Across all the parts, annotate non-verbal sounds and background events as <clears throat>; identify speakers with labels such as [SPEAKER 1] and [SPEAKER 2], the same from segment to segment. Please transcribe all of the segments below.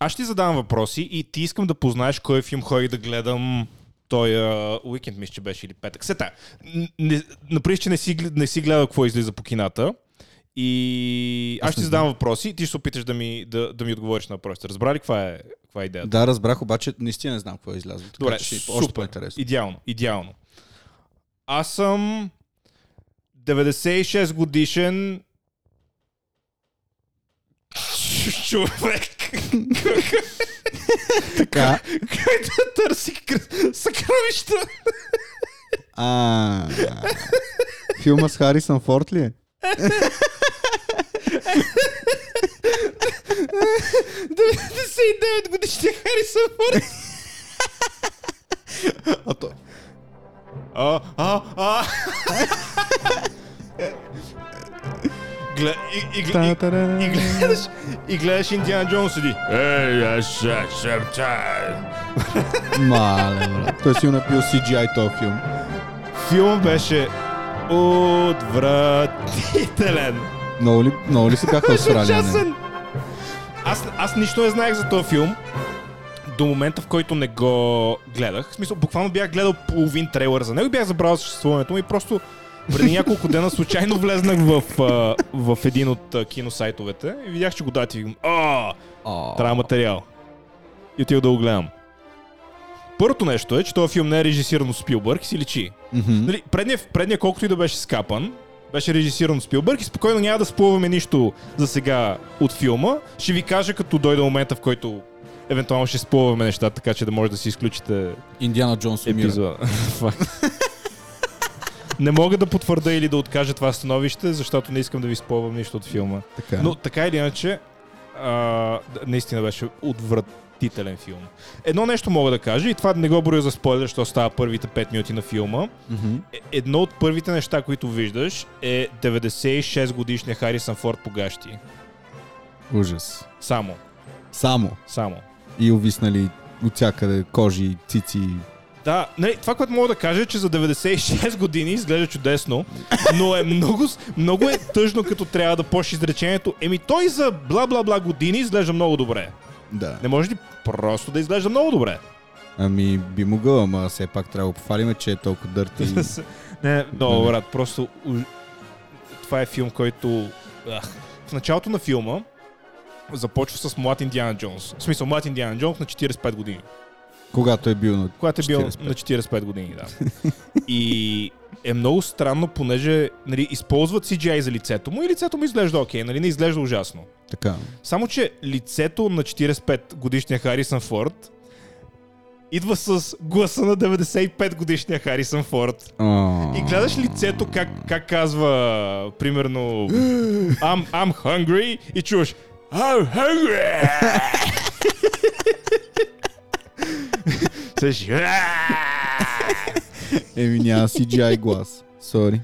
[SPEAKER 1] аз ще ти задавам въпроси и ти искам да познаеш кой филм ходих да гледам той а, уикенд, мисля, че беше или петък. Сета, напред, че не си, не си гледал какво излиза по кината. И аз ще ти задам въпроси, ти ще се опиташ да ми, да, да ми отговориш на въпросите. Разбрали ли каква е, каква е идеята?
[SPEAKER 2] Да, разбрах, обаче наистина не знам какво е излязло. Така,
[SPEAKER 1] Добре,
[SPEAKER 2] че ще е
[SPEAKER 1] супер.
[SPEAKER 2] още по-интересно.
[SPEAKER 1] Идеално, идеално. Аз съм 96 годишен <laughs>
[SPEAKER 2] <laughs>
[SPEAKER 1] човек,
[SPEAKER 2] Така.
[SPEAKER 1] който търси кр- съкровища.
[SPEAKER 2] А, филма с Харисън Форд ли е?
[SPEAKER 1] Да, 99 годишния Харисън Форд.
[SPEAKER 2] А то...
[SPEAKER 1] А, а, а. Гле, и, и, и,
[SPEAKER 2] Та-та-да.
[SPEAKER 1] и, гледаш, и гледаш Индиана Джонс и ти. Ей, аз съм тай.
[SPEAKER 2] Мале, брат. Той е си го напил CGI този филм.
[SPEAKER 1] Филмът беше отвратителен.
[SPEAKER 2] Много ли, много ли се бяха осрали?
[SPEAKER 1] Ужасен. е Аз, аз нищо не знаех за този филм. До момента, в който не го гледах. В смисъл, буквално бях гледал половин трейлър за него и бях забравил съществуването му и просто преди няколко дена случайно влезнах в, а, в един от а, киносайтовете и видях, че го дадат и викам, а, трябва материал. И отидох да го гледам. Първото нещо е, че този филм не е режисиран от Спилбърг и си личи. Нали, предния, предния, колкото и да беше скапан, беше режисиран от Спилбърг и спокойно няма да спъваме нищо за сега от филма. Ще ви кажа, като дойде момента, в който евентуално ще спъваме неща, така че да може да си изключите
[SPEAKER 2] Индиана Джонс умира.
[SPEAKER 1] епизода. <laughs> Факт. не мога да потвърда или да откажа това становище, защото не искам да ви спъвам нищо от филма.
[SPEAKER 2] Така.
[SPEAKER 1] Но така или иначе, а, да, наистина беше отвратителен филм. Едно нещо мога да кажа и това не го броя за спойлер, защото става първите 5 минути на филма.
[SPEAKER 2] Мгм.
[SPEAKER 1] Е- Едно от първите неща, които виждаш е 96 годишния Харисън Форд по гащи.
[SPEAKER 2] Ужас.
[SPEAKER 1] Само.
[SPEAKER 2] Само.
[SPEAKER 1] Само.
[SPEAKER 2] И увиснали от всякъде кожи, цици.
[SPEAKER 1] Да, нали, това, което мога да кажа е, че за 96 години изглежда чудесно, но е много, с- много е тъжно, като трябва да почне изречението. Еми той за бла-бла-бла години изглежда много добре.
[SPEAKER 2] Да.
[SPEAKER 1] Не може ли просто да изглежда много добре?
[SPEAKER 2] Ами би могъл, ама все пак трябва да го пофалиме, че е толкова
[SPEAKER 1] <laughs>
[SPEAKER 2] дърти.
[SPEAKER 1] не, много брат, просто уж- това е филм, който... Ах. В началото на филма започва с млад Индиана Джонс. В смисъл, млад Индиана Джонс на 45 години.
[SPEAKER 2] Когато е бил на...
[SPEAKER 1] Когато е бил
[SPEAKER 2] 45.
[SPEAKER 1] на 45 години, <laughs> да. И е много странно, понеже нали, използват CGI за лицето му и лицето му изглежда окей, нали, не изглежда ужасно.
[SPEAKER 2] Така.
[SPEAKER 1] Само, че лицето на 45 годишния Харисън Форд идва с гласа на 95 годишния Харисън Форд.
[SPEAKER 2] О,
[SPEAKER 1] И гледаш лицето как, как казва, примерно, I'm, I'm hungry и чуваш I'm hungry! Слышиш,
[SPEAKER 2] Еми няма CGI глас. Сори.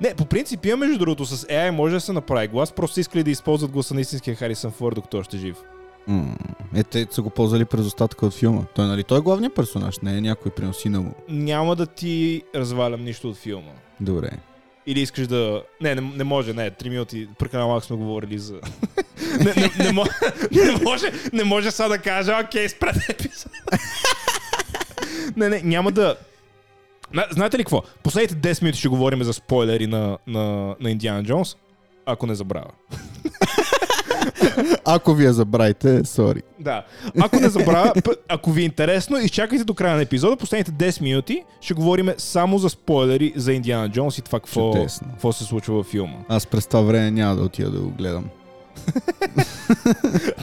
[SPEAKER 1] Не, по принцип има между другото с AI може да се направи глас, просто искали да използват гласа на истинския Харисън Форд, докато още е жив.
[SPEAKER 2] М, Е, те са го ползвали през остатъка от филма. Той, нали, той е главният персонаж, не е някой приносина му.
[SPEAKER 1] Няма да ти развалям нищо от филма.
[SPEAKER 2] Добре.
[SPEAKER 1] Или искаш да... Не, не, не може, не, 3 минути, прекалено малко сме говорили за... <laughs> не, не, не, може, не, може, не може сега да кажа, окей, спрете епизод. <laughs> не, не, няма да... На, знаете ли какво? Последните 10 минути ще говорим за спойлери на, на, на Индиана Джонс, ако не забравя.
[SPEAKER 2] Ако вие забравите, сори.
[SPEAKER 1] Да. Ако не забравя, п- ако ви е интересно, изчакайте до края на епизода. Последните 10 минути ще говорим само за спойлери за Индиана Джонс и това какво,
[SPEAKER 2] Чудесно.
[SPEAKER 1] какво се случва във филма.
[SPEAKER 2] Аз през това време няма да отида да го гледам.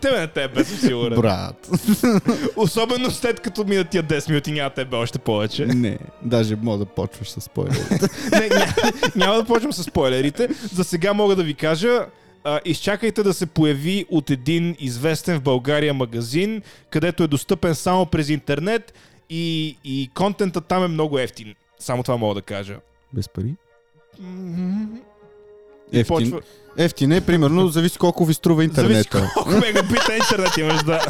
[SPEAKER 1] Тебе не те е без сигурен.
[SPEAKER 2] Брат.
[SPEAKER 1] Особено след като минат тия 10 минути, няма да тебе още повече.
[SPEAKER 2] Не, даже мога да почваш с спойлер.
[SPEAKER 1] Не, няма, <laughs> няма да почвам с спойлерите. За сега мога да ви кажа, а, изчакайте да се появи от един известен в България магазин, където е достъпен само през интернет и, и контента там е много ефтин. Само това мога да кажа.
[SPEAKER 2] <laughs> Без пари?
[SPEAKER 1] М,
[SPEAKER 2] Ефтин,
[SPEAKER 1] Почва.
[SPEAKER 2] ефтин е, примерно, зависи колко ви струва
[SPEAKER 1] Зависи
[SPEAKER 2] интернета.
[SPEAKER 1] колко мегабита интернет имаш, да.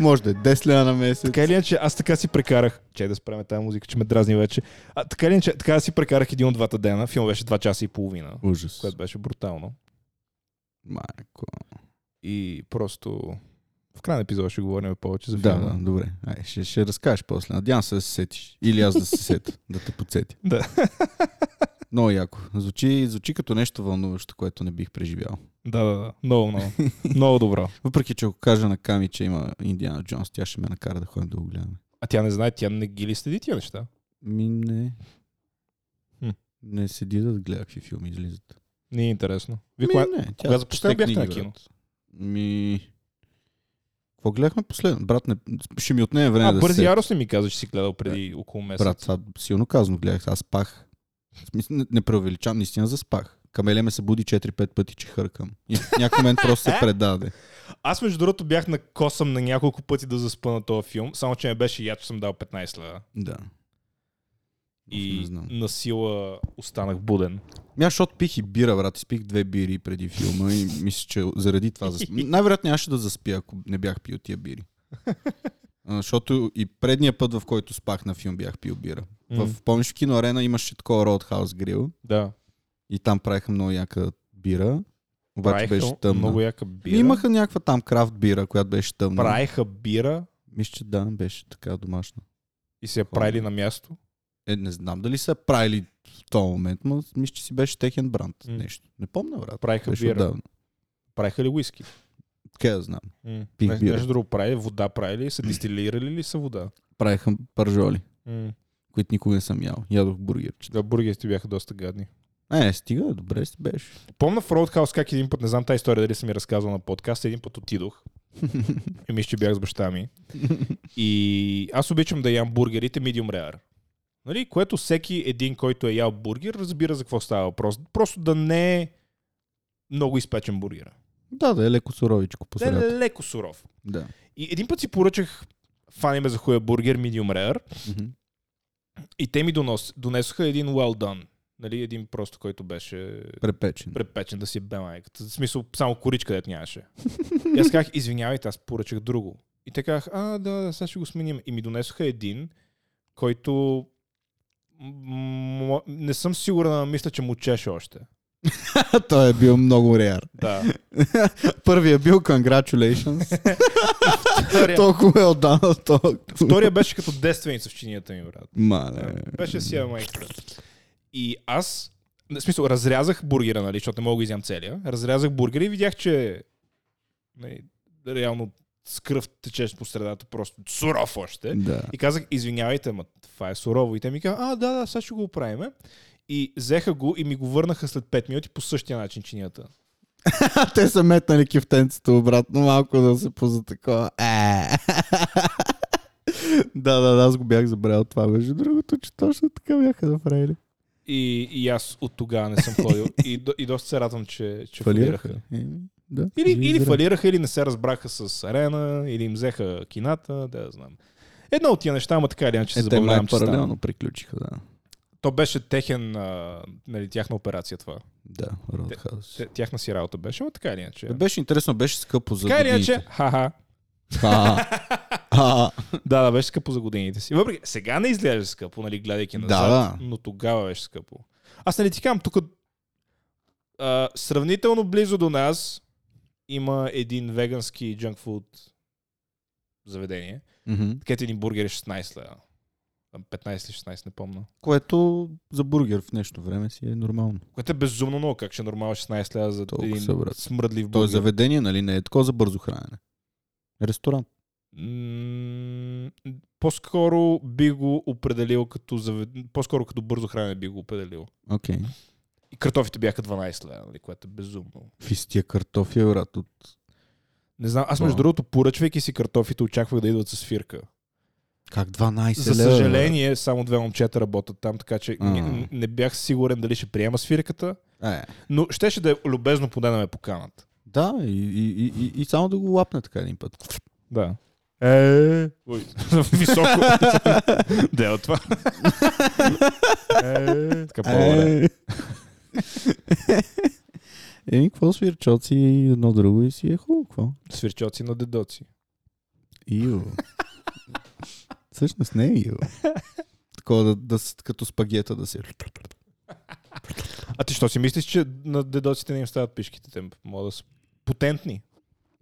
[SPEAKER 2] Може да е 10 лена на месец.
[SPEAKER 1] Така или иначе, аз така си прекарах. Чай да спреме тази музика, че ме дразни вече. А, така или иначе, така аз си прекарах един от двата дена. Филм беше 2 часа и половина,
[SPEAKER 2] Ужас.
[SPEAKER 1] което беше брутално.
[SPEAKER 2] Майко.
[SPEAKER 3] И просто... В края на епизода ще говорим повече за
[SPEAKER 2] Да,
[SPEAKER 3] филма.
[SPEAKER 2] да, добре. Ай, ще, ще разкажеш после. Надявам се да се сетиш. Или аз да се сетя, да те подсетя.
[SPEAKER 3] Да.
[SPEAKER 2] Много яко. Звучи, звучи като нещо вълнуващо, което не бих преживял.
[SPEAKER 3] Да, да, да. Много,
[SPEAKER 2] <laughs>
[SPEAKER 3] много. много добро.
[SPEAKER 2] Въпреки, че ако кажа на Ками, че има Индиана Джонс, тя ще ме накара да ходим да го гледаме.
[SPEAKER 1] А тя не знае, тя не ги ли следи тия неща?
[SPEAKER 2] Ми не.
[SPEAKER 3] Хм.
[SPEAKER 2] Не седи да гледа какви филми излизат.
[SPEAKER 1] Не е интересно. Вие
[SPEAKER 2] Ми,
[SPEAKER 1] кога...
[SPEAKER 2] не, тя
[SPEAKER 1] кога за последно
[SPEAKER 2] чете
[SPEAKER 1] бяхте на
[SPEAKER 2] книги,
[SPEAKER 1] кино?
[SPEAKER 2] брат. Ми... Какво гледахме последно? Брат, не... ще ми отнеме време
[SPEAKER 1] а,
[SPEAKER 2] да
[SPEAKER 1] бързи
[SPEAKER 2] се...
[SPEAKER 1] яростни ми каза, че си гледал преди около месец.
[SPEAKER 2] Брат, това силно казано гледах. Аз спах. В смисъл, не- Не преувеличавам, наистина заспах. Камеле ме се буди 4-5 пъти, че хъркам. И в някакъв момент просто
[SPEAKER 1] Е?
[SPEAKER 2] се предаде.
[SPEAKER 1] Аз между другото бях на косъм на няколко пъти да заспа на този филм, само че не беше яд, че съм дал 15 лева.
[SPEAKER 2] Да.
[SPEAKER 1] И
[SPEAKER 2] Не знам.
[SPEAKER 1] на сила останах буден.
[SPEAKER 2] Ми аз защото пих и бира, брат. Изпих две бири преди филма и мисля, че заради това заспя. Най-вероятно нямаше да заспя, ако не бях пил
[SPEAKER 1] <laughs>
[SPEAKER 2] тия бири. А, Защото и предния път, в който спах на филм, бях пил бира. В, помниш, в кино арена имаше такова Roadhouse Grill
[SPEAKER 1] Да.
[SPEAKER 2] и там правиха много яка бира. Обаче
[SPEAKER 1] Правиха
[SPEAKER 2] беше тъмна.
[SPEAKER 1] Много яка бира.
[SPEAKER 2] Бира? Имаха някаква там крафт бира, която беше тъмна.
[SPEAKER 1] Правиха бира
[SPEAKER 2] Мисля, че да, беше така домашна.
[SPEAKER 1] и се я правили на място.
[SPEAKER 2] Е, не знам дали са правили в този момент, но мисля, че си беше техен бранд.
[SPEAKER 1] М.
[SPEAKER 2] Нещо. Не помня, брат.
[SPEAKER 1] Правиха
[SPEAKER 2] Беше
[SPEAKER 1] бира.
[SPEAKER 2] отдавна.
[SPEAKER 1] Правиха ли уиски?
[SPEAKER 2] Къде да знам.
[SPEAKER 1] М.
[SPEAKER 2] Пих
[SPEAKER 1] Не-
[SPEAKER 2] бира.
[SPEAKER 1] Нещо друго правили, вода правили, ли, са дистилирали ли са вода?
[SPEAKER 2] Правиха пържоли,
[SPEAKER 1] М.
[SPEAKER 2] които никога не съм ял. Ядох бургерчета.
[SPEAKER 1] Да, бургерите бяха доста гадни.
[SPEAKER 2] Е, стига, добре си беше.
[SPEAKER 1] Помна в Roadhouse как един път, не знам тази история дали съм ми разказвал на подкаст, един път
[SPEAKER 2] <laughs>
[SPEAKER 1] отидох и мисля, че бях с баща ми. И аз обичам да ям бургерите medium rare. Нали? Което всеки един, който е ял бургер, разбира за какво става въпрос. Просто да не е много изпечен бургера.
[SPEAKER 2] да, да е леко суровичко по
[SPEAKER 1] Да е
[SPEAKER 2] средата.
[SPEAKER 1] леко суров.
[SPEAKER 2] Да.
[SPEAKER 1] И един път си поръчах фаниме за хуя бургер medium rare
[SPEAKER 2] Мгм.
[SPEAKER 1] и те ми донос, донесоха един well done. Нали, един просто, който беше
[SPEAKER 2] <laughs> Препечен.
[SPEAKER 1] препечен да си бе майката. В смисъл, само коричка дет нямаше. И аз казах, извинявайте, аз поръчах друго. И те казах, а, да, да, сега ще го сменим. И ми донесоха един, който м- не съм сигурен, но мисля, че му чеше още.
[SPEAKER 2] Той е бил много реар.
[SPEAKER 1] Да.
[SPEAKER 2] Първия бил <laughs> congratulations.
[SPEAKER 1] Втория,
[SPEAKER 2] Толкова е отдавна. толкова.
[SPEAKER 1] втория беше като девственица в чинията ми, брат. Е,
[SPEAKER 2] Мале.
[SPEAKER 1] Беше си я майката. И аз, в смисъл, разрязах бургера, нали, защото не мога да го изям целия. Разрязах бургера и видях, че нали, реално с кръв течеш по средата, просто суров още.
[SPEAKER 2] Да.
[SPEAKER 1] И казах, извинявайте, ма това е сурово. И те ми казаха, а, да, да, сега ще го оправиме. И взеха го и ми го върнаха след 5 минути по същия начин чинията.
[SPEAKER 2] А те са метнали кифтенцето обратно, малко да се поза такова. Е. <laughs> да, да, да, аз го бях забравял това, между другото, че точно така бяха направили.
[SPEAKER 1] И, и аз от тогава не съм <laughs> ходил. И, до- и доста се радвам, че, че фалираха.
[SPEAKER 2] Еми, Да.
[SPEAKER 1] Или,
[SPEAKER 2] Живи и
[SPEAKER 1] или
[SPEAKER 2] здрави.
[SPEAKER 1] фалираха, или не се разбраха с арена, или им взеха кината, да я знам. Едно от тия неща, ама така или иначе се
[SPEAKER 2] Е, те май
[SPEAKER 1] забавлявам, че стана.
[SPEAKER 2] паралелно приключиха, да.
[SPEAKER 1] То беше техен, а, нали, тяхна операция това.
[SPEAKER 2] Да, Roadhouse.
[SPEAKER 1] Те- Тяхна си работа беше, ама така или иначе.
[SPEAKER 2] Е, Беше интересно, беше скъпо за
[SPEAKER 1] Така или
[SPEAKER 2] годините.
[SPEAKER 1] иначе, ха-ха.
[SPEAKER 2] Ха.
[SPEAKER 1] <laughs>
[SPEAKER 2] А,
[SPEAKER 1] Да, да, беше скъпо за годините си. Въпреки, сега не изглежда скъпо, нали, гледайки
[SPEAKER 2] Да,
[SPEAKER 1] назад,
[SPEAKER 2] да.
[SPEAKER 1] но тогава беше скъпо. Аз нали ти казвам, тук а, сравнително близо до нас има един вегански джанкфуд заведение.
[SPEAKER 2] мгм.
[SPEAKER 1] Където един бургер е 16 лева. Там 15 или 16, не помня.
[SPEAKER 2] Което за бургер в днешно време си е нормално.
[SPEAKER 1] Което е безумно много, как ще е нормално 16 лева за
[SPEAKER 2] Толкова
[SPEAKER 1] един
[SPEAKER 2] са, брат.
[SPEAKER 1] смръдлив
[SPEAKER 2] То е
[SPEAKER 1] бургер.
[SPEAKER 2] заведение, нали? Не е такова за бързо хранене. Ресторант.
[SPEAKER 1] М, По-скоро би го определил като завед... По-скоро като бързо хранене би го определил.
[SPEAKER 2] Окей.
[SPEAKER 1] И картофите бяха 12 лева, нали, което е безумно.
[SPEAKER 2] Какви с тия картофи, е, брат, от
[SPEAKER 1] Не знам, аз между
[SPEAKER 2] Да.
[SPEAKER 1] другото, поръчвайки си картофите, очаквах да идват с фирка.
[SPEAKER 2] Как 12
[SPEAKER 1] За
[SPEAKER 2] лева, бе?
[SPEAKER 1] съжаление, само две момчета работят там, така че
[SPEAKER 2] А.
[SPEAKER 1] не, не бях сигурен дали ще приема свирката,
[SPEAKER 2] Е,
[SPEAKER 1] но щеше да е любезно поне да ме поканат.
[SPEAKER 2] да, и, и, и- и, и само да го лапне така един път.
[SPEAKER 1] Да. Е,
[SPEAKER 2] <laughs>
[SPEAKER 1] Ой, <laughs> високо. Де от това. е, така по-добре. <laughs>
[SPEAKER 2] Е. Еми, какво свирчоци и едно друго и си е хубаво, какво?
[SPEAKER 1] Свирчоци на дедоци.
[SPEAKER 2] Ио. Всъщност не е ио. Такова да, да, с- като спагета да Е, се...
[SPEAKER 1] А ти що си мислиш, че на дедоците не им стават пишките? Те могат да са потентни.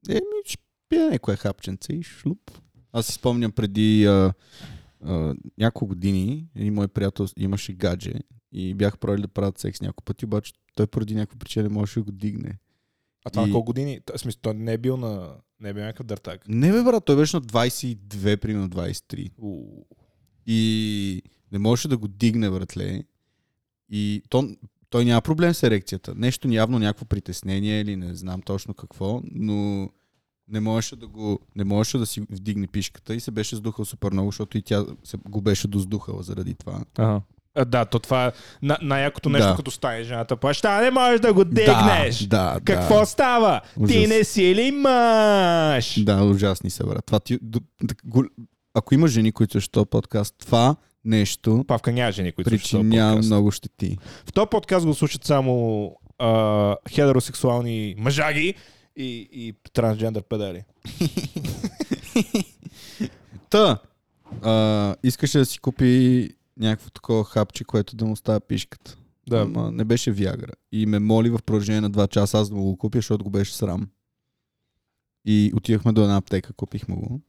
[SPEAKER 2] Еми, ще пия някое хапченце и шлуп. Аз си спомням преди а, а, няколко години, един мой приятел имаше гадже и бях правил да правят секс няколко пъти, обаче той поради някаква причина не можеше да го дигне.
[SPEAKER 3] А това
[SPEAKER 2] И-
[SPEAKER 3] на колко години? Та, в смисъл, той не е бил на... Не е бил някакъв дъртак.
[SPEAKER 2] Не бе, брат, той беше на 22, примерно 23.
[SPEAKER 3] Уу.
[SPEAKER 2] И не можеше да го дигне, братле. И то, той няма проблем с ерекцията. Нещо явно, някакво притеснение или не знам точно какво, но не можеше да, го, не можеше да си вдигне пишката и се беше сдухал супер много, защото и тя се, го беше доздухала заради това.
[SPEAKER 1] Ага. А, да, то това е на- най-якото нещо,
[SPEAKER 2] Да.
[SPEAKER 1] като стане жената плаща, а не можеш да го дигнеш!
[SPEAKER 2] Да, да,
[SPEAKER 1] Какво
[SPEAKER 2] да.
[SPEAKER 1] става? Ти
[SPEAKER 2] Ужас.
[SPEAKER 1] не си ли мъж?
[SPEAKER 2] Да, ужасни са, брат. Това ти, д- д- гол- ако има жени, които слушат този подкаст, това нещо
[SPEAKER 1] Павка няма жени, които слушат този
[SPEAKER 2] причинява
[SPEAKER 1] подкаст.
[SPEAKER 2] много щети.
[SPEAKER 1] В този подкаст го слушат само а, хетеросексуални мъжаги и, и трансджендър педали.
[SPEAKER 2] Та, а, искаше да си купи някакво такова хапче, което да му става пишката.
[SPEAKER 1] Да.
[SPEAKER 2] Ама не беше Виагра. И ме моли в продължение на 2 часа аз да му го купя, защото го беше срам. И отивахме до една аптека, купих му го.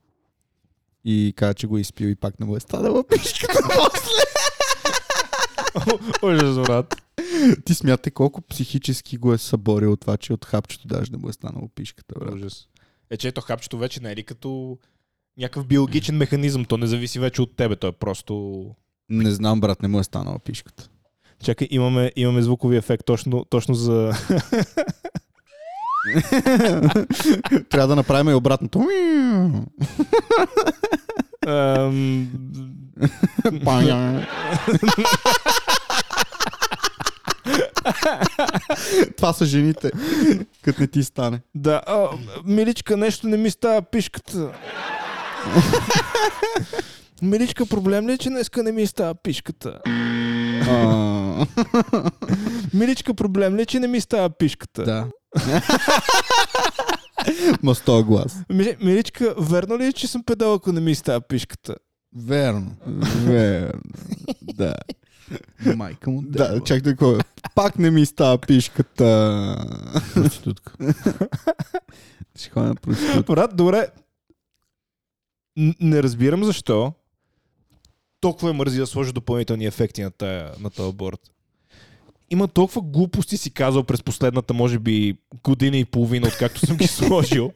[SPEAKER 2] И каза, че го е изпил и пак не му е станала пишката после.
[SPEAKER 1] <laughs> Ужас, брат.
[SPEAKER 2] Ти смятай колко психически го е съборил от това, че от хапчето даже не му е станала пишката, брат.
[SPEAKER 1] Ужас. Е, че ето хапчето вече не е ли като някакъв биологичен механизъм. То не зависи вече от тебе. То е просто...
[SPEAKER 2] Не знам, брат, не му е станала пишката.
[SPEAKER 1] Чакай, имаме, имаме звукови ефект точно, точно за...
[SPEAKER 2] Трябва да направим и обратното.
[SPEAKER 1] <laughs> Ам,
[SPEAKER 2] Това са жените, като не ти стане.
[SPEAKER 1] да, а, миличка, нещо не ми става <laughs> пишката. Миличка, проблем ли е, че днеска не ми става пишката?
[SPEAKER 2] А,
[SPEAKER 1] Миличка, проблем ли е, че не ми става пишката?
[SPEAKER 2] Да. Ма с този глас.
[SPEAKER 1] Ми- Миличка, верно ли е, че съм педал, ако не ми става пишката?
[SPEAKER 2] Верно. Верно. Да. Майка му. Да, чак да кой. Пак не ми става пишката. Проститутка. Ще ходя на проститутка.
[SPEAKER 1] Брат, добре. Н- Не разбирам защо толкова е мързи да сложа допълнителни ефекти на, тая, на този борт. Има толкова глупости си казал през последната, може би, година и половина, откакто съм ги сложил,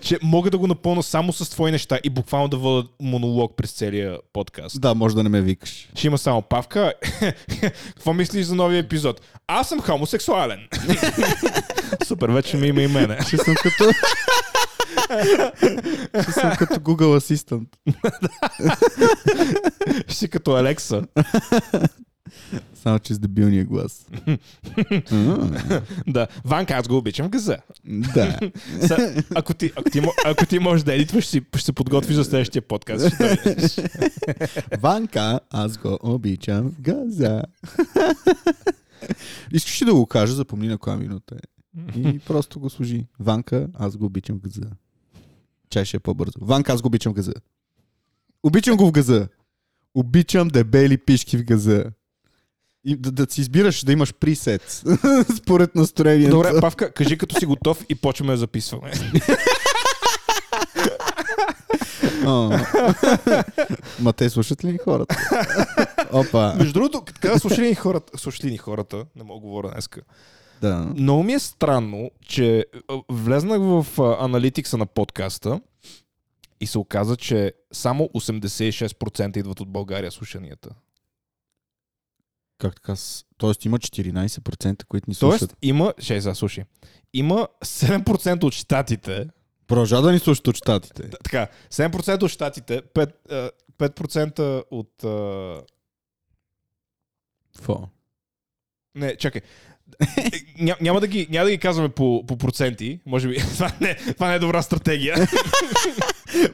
[SPEAKER 1] че мога да го напълна само с твои неща и буквално да водя монолог през целия подкаст.
[SPEAKER 2] Да, може да не ме викаш.
[SPEAKER 1] Ще има само павка. <laughs> Какво мислиш за новия епизод? Аз съм хомосексуален. <laughs> Супер, вече ми има и мене.
[SPEAKER 2] Ще съм като... Ще съм като Google Assistant.
[SPEAKER 1] <laughs> Ще си като Алекса.
[SPEAKER 2] Само че с дебилния глас. А,
[SPEAKER 1] Да. Ванка, аз го обичам газа.
[SPEAKER 2] Да.
[SPEAKER 1] Са, ако, ти, ако, ти, мо- ако ти можеш да едитваш, ще, си- ще се подготвиш за следващия подкаст. Ще дойдеш.
[SPEAKER 2] Ванка, аз го обичам. Газа. <laughs> Искаш ли да го кажа, запомни на коя минута е. И просто го служи. Ванка, аз го обичам в газа. Чай ще е по-бързо. Ванка, аз го обичам в газа. Обичам го в газа. Обичам дебели пишки в газа. И да, да си избираш да имаш присет <laughs> според настроението.
[SPEAKER 1] Добре, Павка, кажи като си готов и почваме да записваме.
[SPEAKER 2] А. <laughs> Ма те слушат ли ни хората? Опа.
[SPEAKER 1] Между другото, като каза слушали ни хората, слушали ни хората, не мога да говоря днеска.
[SPEAKER 2] Да.
[SPEAKER 1] Много ми е странно, че а, влезнах в а, аналитикса на подкаста и се оказа, че само 86% идват от България слушанията.
[SPEAKER 2] Как така? с- Тоест има 14%, които ни слушат.
[SPEAKER 1] Тоест има, ще сега слушай, има 7% от щатите,
[SPEAKER 2] Продължава да ни слушат от щатите.
[SPEAKER 1] Т- Така, 7% от щатите, 5%, а, 5% от... а,
[SPEAKER 2] Фо.
[SPEAKER 1] Не, чакай. <laughs> Е, Ня, няма, да ги, няма да ги казваме по, по проценти. Може би <laughs> това не, това не е добра стратегия.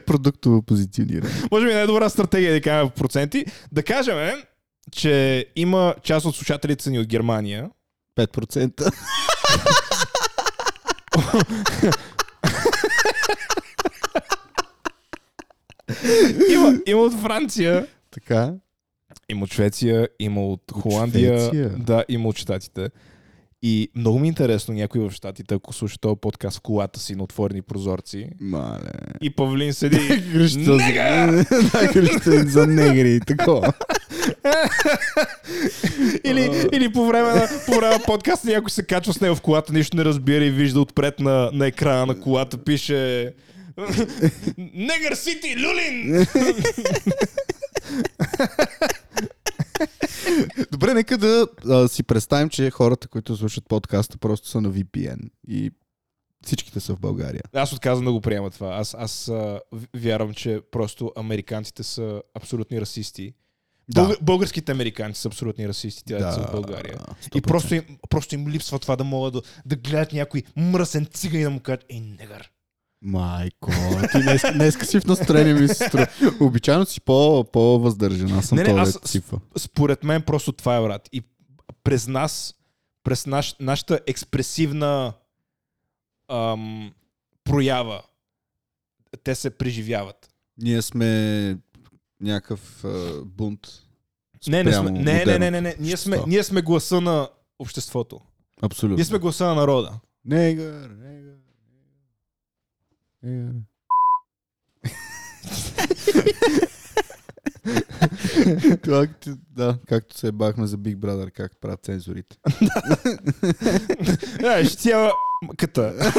[SPEAKER 2] Продуктово позициониране.
[SPEAKER 1] Може би не е добра стратегия да ги казваме по проценти. Да кажем, че има част от слушателите ни от Германия.
[SPEAKER 2] 5%.
[SPEAKER 1] Има, има от Франция.
[SPEAKER 2] <laughs> така.
[SPEAKER 1] Има от Швеция, има от Холандия.
[SPEAKER 2] Швеция?
[SPEAKER 1] Да, има от Штатите.
[SPEAKER 3] И много ми е интересно някой в щатите, ако слуша този подкаст в колата си на отворени прозорци.
[SPEAKER 2] Мале.
[SPEAKER 1] И Павлин седи. <laughs>
[SPEAKER 2] Кръща за... Кръща за негри и такова.
[SPEAKER 1] или, или по време на, по време на подкаста някой се качва с него в колата, нищо не разбира и вижда отпред на, на екрана на колата, пише Негър Сити, Люлин!
[SPEAKER 2] Добре, нека да а, си представим, че хората, които слушат подкаста, просто са на VPN и всичките са в България.
[SPEAKER 1] Аз отказвам да го приема това. Аз, аз а, в- вярвам, че просто американците са абсолютни расисти.
[SPEAKER 2] Да.
[SPEAKER 1] Българ, българските американци са абсолютни расисти, тя да. са в България. И просто им, просто им липсва това да могат да, да гледат някой мръсен циган и да му кажат, ей, негър.
[SPEAKER 2] Майко, ти днес, днеска си в настроение ми се струва. Обичайно си по, по-въздържан. Аз съм
[SPEAKER 1] Не,
[SPEAKER 2] не,
[SPEAKER 1] не,
[SPEAKER 2] не,
[SPEAKER 1] аз-
[SPEAKER 2] аз... Цифа.
[SPEAKER 1] Според мен просто това е, брат. И през нас, през наш, нашата експресивна ам, проява, те се преживяват.
[SPEAKER 2] Ние сме някакъв а, бунт.
[SPEAKER 1] Не, не, сме,
[SPEAKER 2] спрямо
[SPEAKER 1] не, не, не, не, не.
[SPEAKER 2] модерното
[SPEAKER 1] Ние сме,
[SPEAKER 2] общество.
[SPEAKER 1] ние сме гласа на обществото.
[SPEAKER 2] Абсолютно.
[SPEAKER 1] Ние сме гласа на народа.
[SPEAKER 2] Негър, негър. негър. <laughs> Това, ти- да, както се бахме за Big Brother, как правят
[SPEAKER 1] <laughs>
[SPEAKER 2] цензурите.
[SPEAKER 1] Да, ще цяла ката.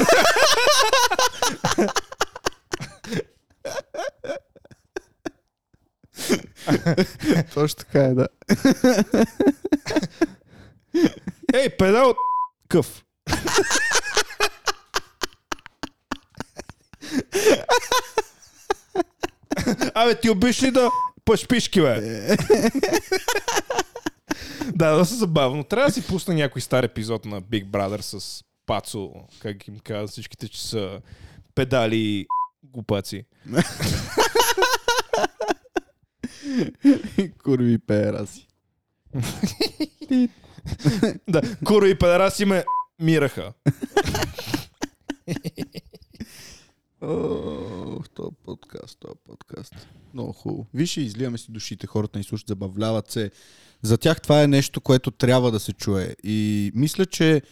[SPEAKER 2] Точно така е, да.
[SPEAKER 1] Ей, педал къв. Абе, ти обиш ли да пашпишки, бе? да, да се забавно. Трябва да си пусна някой стар епизод на Big Brother с Пацо, как им казват всичките, че са педали и глупаци.
[SPEAKER 2] Курви пеера си.
[SPEAKER 1] Да, куро и педераси ме мираха.
[SPEAKER 2] Ох, то подкаст, то подкаст. Много хубаво. Виж, изливаме си душите, хората ни слушат, забавляват се. За тях това е нещо, което трябва да се чуе. И мисля, че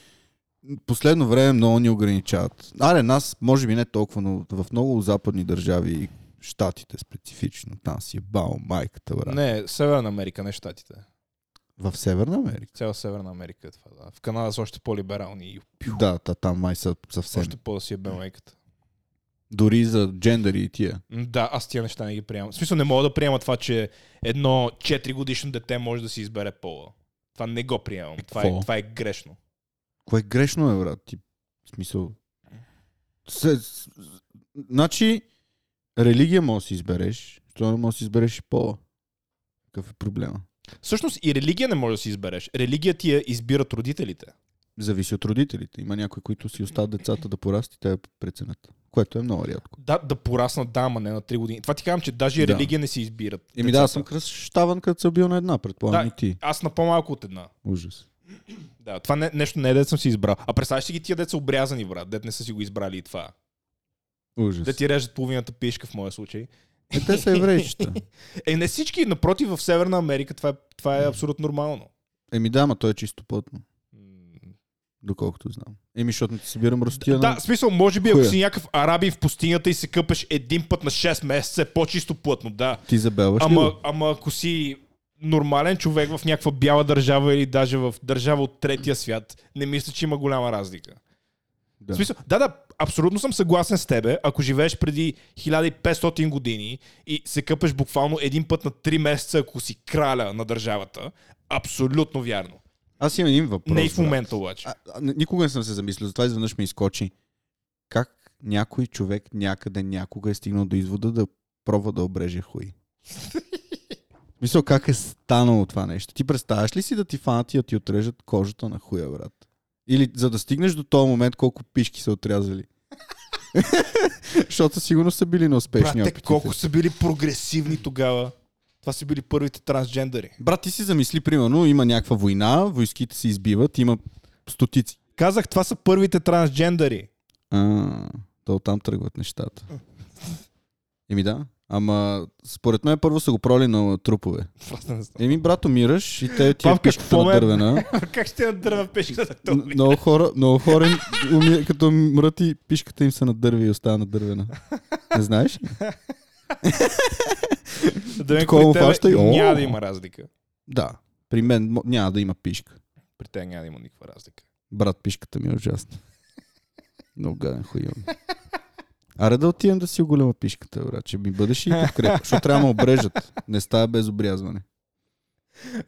[SPEAKER 2] последно време много ни ограничават. Аре, нас, може би не толкова, но в много западни държави, и щатите специфично, там си е бал майката, брат. Не.
[SPEAKER 1] Не, Северна Америка, не Штатите.
[SPEAKER 2] В Северна Америка.
[SPEAKER 1] Цяла Северна Америка е това. Да. В Канада са още по-либерални и
[SPEAKER 2] Да, та, там май са съвсем.
[SPEAKER 1] още по да си е белмейката.
[SPEAKER 2] Дори за джендъри и тия.
[SPEAKER 1] М, Да, аз тия неща не ги приемам. В смисъл не мога да приема това, че едно 4 годишно дете може да си избере пола. Това не го приемам. Това е,
[SPEAKER 2] какво?
[SPEAKER 1] това е грешно.
[SPEAKER 2] Кое е грешно е, брат? Ти, в смисъл... Се, с- с- значи, религия може да си избереш, то не може да си избереш и пола. Какъв е проблема?
[SPEAKER 1] Всъщност и религия не може да си избереш. Религия ти я избират родителите.
[SPEAKER 2] Зависи от родителите. Има някои, които си оставят децата да порасти, те преценят. Което е много рядко.
[SPEAKER 1] Да, да пораснат, да, ама не на 3 години. Това ти казвам, че даже и
[SPEAKER 2] Да.
[SPEAKER 1] религия не се избират.
[SPEAKER 2] Еми да, аз
[SPEAKER 1] децата.
[SPEAKER 2] съм кръщаван, като съм бил на една, предполагам
[SPEAKER 1] Да.
[SPEAKER 2] и ти.
[SPEAKER 1] Аз на по-малко от една.
[SPEAKER 2] Ужас.
[SPEAKER 1] Да, това не, нещо не е дет съм си избрал. А представяш ли ги тия деца обрязани, брат? Дет не са си го избрали и това.
[SPEAKER 2] Ужас.
[SPEAKER 1] Да ти режат половината пишка в моя случай.
[SPEAKER 2] Е, те са еврейчета.
[SPEAKER 1] Е, не всички, напротив, в Северна Америка това е, това е абсолютно нормално.
[SPEAKER 2] Еми да, ма той е чисто плътно,
[SPEAKER 1] М,
[SPEAKER 2] доколкото знам. Еми, защото не ти събирам растия
[SPEAKER 1] Да,
[SPEAKER 2] на...
[SPEAKER 1] в смисъл, може би ако
[SPEAKER 2] Хуя.
[SPEAKER 1] си някакъв араби в пустинята и се къпеш един път на 6 месеца, е по-чисто плътно, да.
[SPEAKER 2] Ти забелваш ли?
[SPEAKER 1] Ама,
[SPEAKER 2] го?
[SPEAKER 1] ама ако си нормален човек в някаква бяла държава или даже в държава от третия свят, не мисля, че има голяма разлика. Да.
[SPEAKER 2] Да.
[SPEAKER 1] В смисъл, да, да, абсолютно съм съгласен с тебе. Ако живееш преди 1500 години и се къпеш буквално един път на 3 месеца, ако си краля на държавата, абсолютно вярно.
[SPEAKER 2] Аз имам един въпрос.
[SPEAKER 1] не и в
[SPEAKER 2] брат.
[SPEAKER 1] момента обаче.
[SPEAKER 2] А, а, н- никога не съм се замислил, затова изведнъж ми изкочи. Как някой човек някъде някога е стигнал до извода да пробва да обреже хуй? Мисля, как е станало това нещо? Ти представяш ли си да ти фанат и да ти отрежат кожата на хуя, брат? Или за да стигнеш до този момент, колко пишки са отрязали? <laughs> Защото сигурно са били на успешни
[SPEAKER 1] Брате,
[SPEAKER 2] опити.
[SPEAKER 1] колко са били прогресивни тогава. Това са били първите трансджендъри.
[SPEAKER 2] Брат, ти си замисли, примерно, има някаква война, войските се избиват, има стотици.
[SPEAKER 1] Казах, това са първите трансджендъри.
[SPEAKER 2] А, то оттам тръгват нещата. Еми да. Ама, според мен първо са го проли на трупове.
[SPEAKER 1] Просто не знам.
[SPEAKER 2] Еми, брат, умираш и те ти е
[SPEAKER 1] Павка,
[SPEAKER 2] пешката
[SPEAKER 1] какво
[SPEAKER 2] на
[SPEAKER 1] ме-
[SPEAKER 2] дървена.
[SPEAKER 1] <laughs> Как ще надърва пешката?
[SPEAKER 2] М- Много хора, много хора им, уми, като мрат и пишката им се надърви и остава надървена. Не знаеш? ли?
[SPEAKER 1] Да ме
[SPEAKER 2] такова
[SPEAKER 1] при тебе
[SPEAKER 2] фаща и-
[SPEAKER 1] няма
[SPEAKER 2] О.
[SPEAKER 1] да има разлика.
[SPEAKER 2] Да. При мен мо- няма да има пишка.
[SPEAKER 1] При те няма да има никаква разлика.
[SPEAKER 2] Брат, пишката ми е ужасна. Много гаден хуйон. Аре да отидем да си оголема пишката, брат. Ще ми бъдеш и подкрепа, защото трябва да ме обрежат. Не става без обрязване.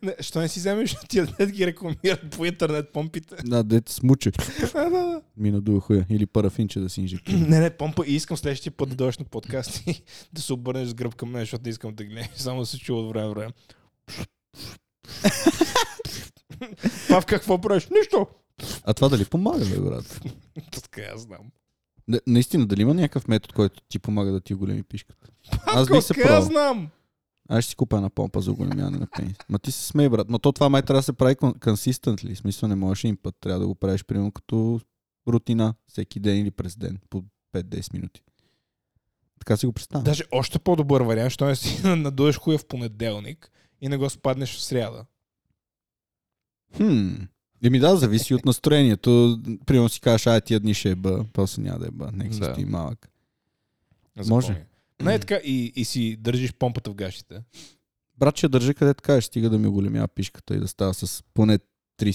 [SPEAKER 1] Не, що не си вземеш <laughs> от тия дет ги рекламират по интернет помпите?
[SPEAKER 2] Да, дете смуче.
[SPEAKER 1] <laughs> Да, да, да.
[SPEAKER 2] Ми надува хуя. Или парафинче да си инжектира.
[SPEAKER 1] <clears throat> Не, не, помпа и искам следващия път да дойдеш на подкаст и <laughs> да се обърнеш с гръб към мен, защото не искам да гледаш, само да се чува от време <laughs> на време. Пав, какво правиш? Нищо! <laughs>
[SPEAKER 2] А това дали помага, бе, брат?
[SPEAKER 1] Така аз знам.
[SPEAKER 2] Не, наистина, дали има някакъв метод, който ти помага да ти големи пишката? Аз не
[SPEAKER 1] Аз
[SPEAKER 2] се
[SPEAKER 1] така
[SPEAKER 2] правя.
[SPEAKER 1] знам!
[SPEAKER 2] Аз ще си купя една помпа за големяне на пенис. Ма ти се смей, брат. Ма то това май трябва да се прави консистент ли? Смисъл не можеш един път. Трябва да го правиш примерно като рутина. Всеки ден или през ден. По 5-10 минути. Така си го представям.
[SPEAKER 1] Даже още по-добър вариант, що не си <laughs> надуеш хуя в понеделник и не го спаднеш в сряда.
[SPEAKER 2] Хм. Еми да, зависи от настроението. Примерно си кажеш, ай, тия дни ще е бъ, после няма да е бъ. Нека си
[SPEAKER 1] Да.
[SPEAKER 2] стои малък.
[SPEAKER 1] Запомни.
[SPEAKER 2] Може.
[SPEAKER 1] Не, е така и, и си държиш помпата в гащите.
[SPEAKER 2] Брат, ще я държа къде така, ще стига да ми оголемя пишката и да става с поне 3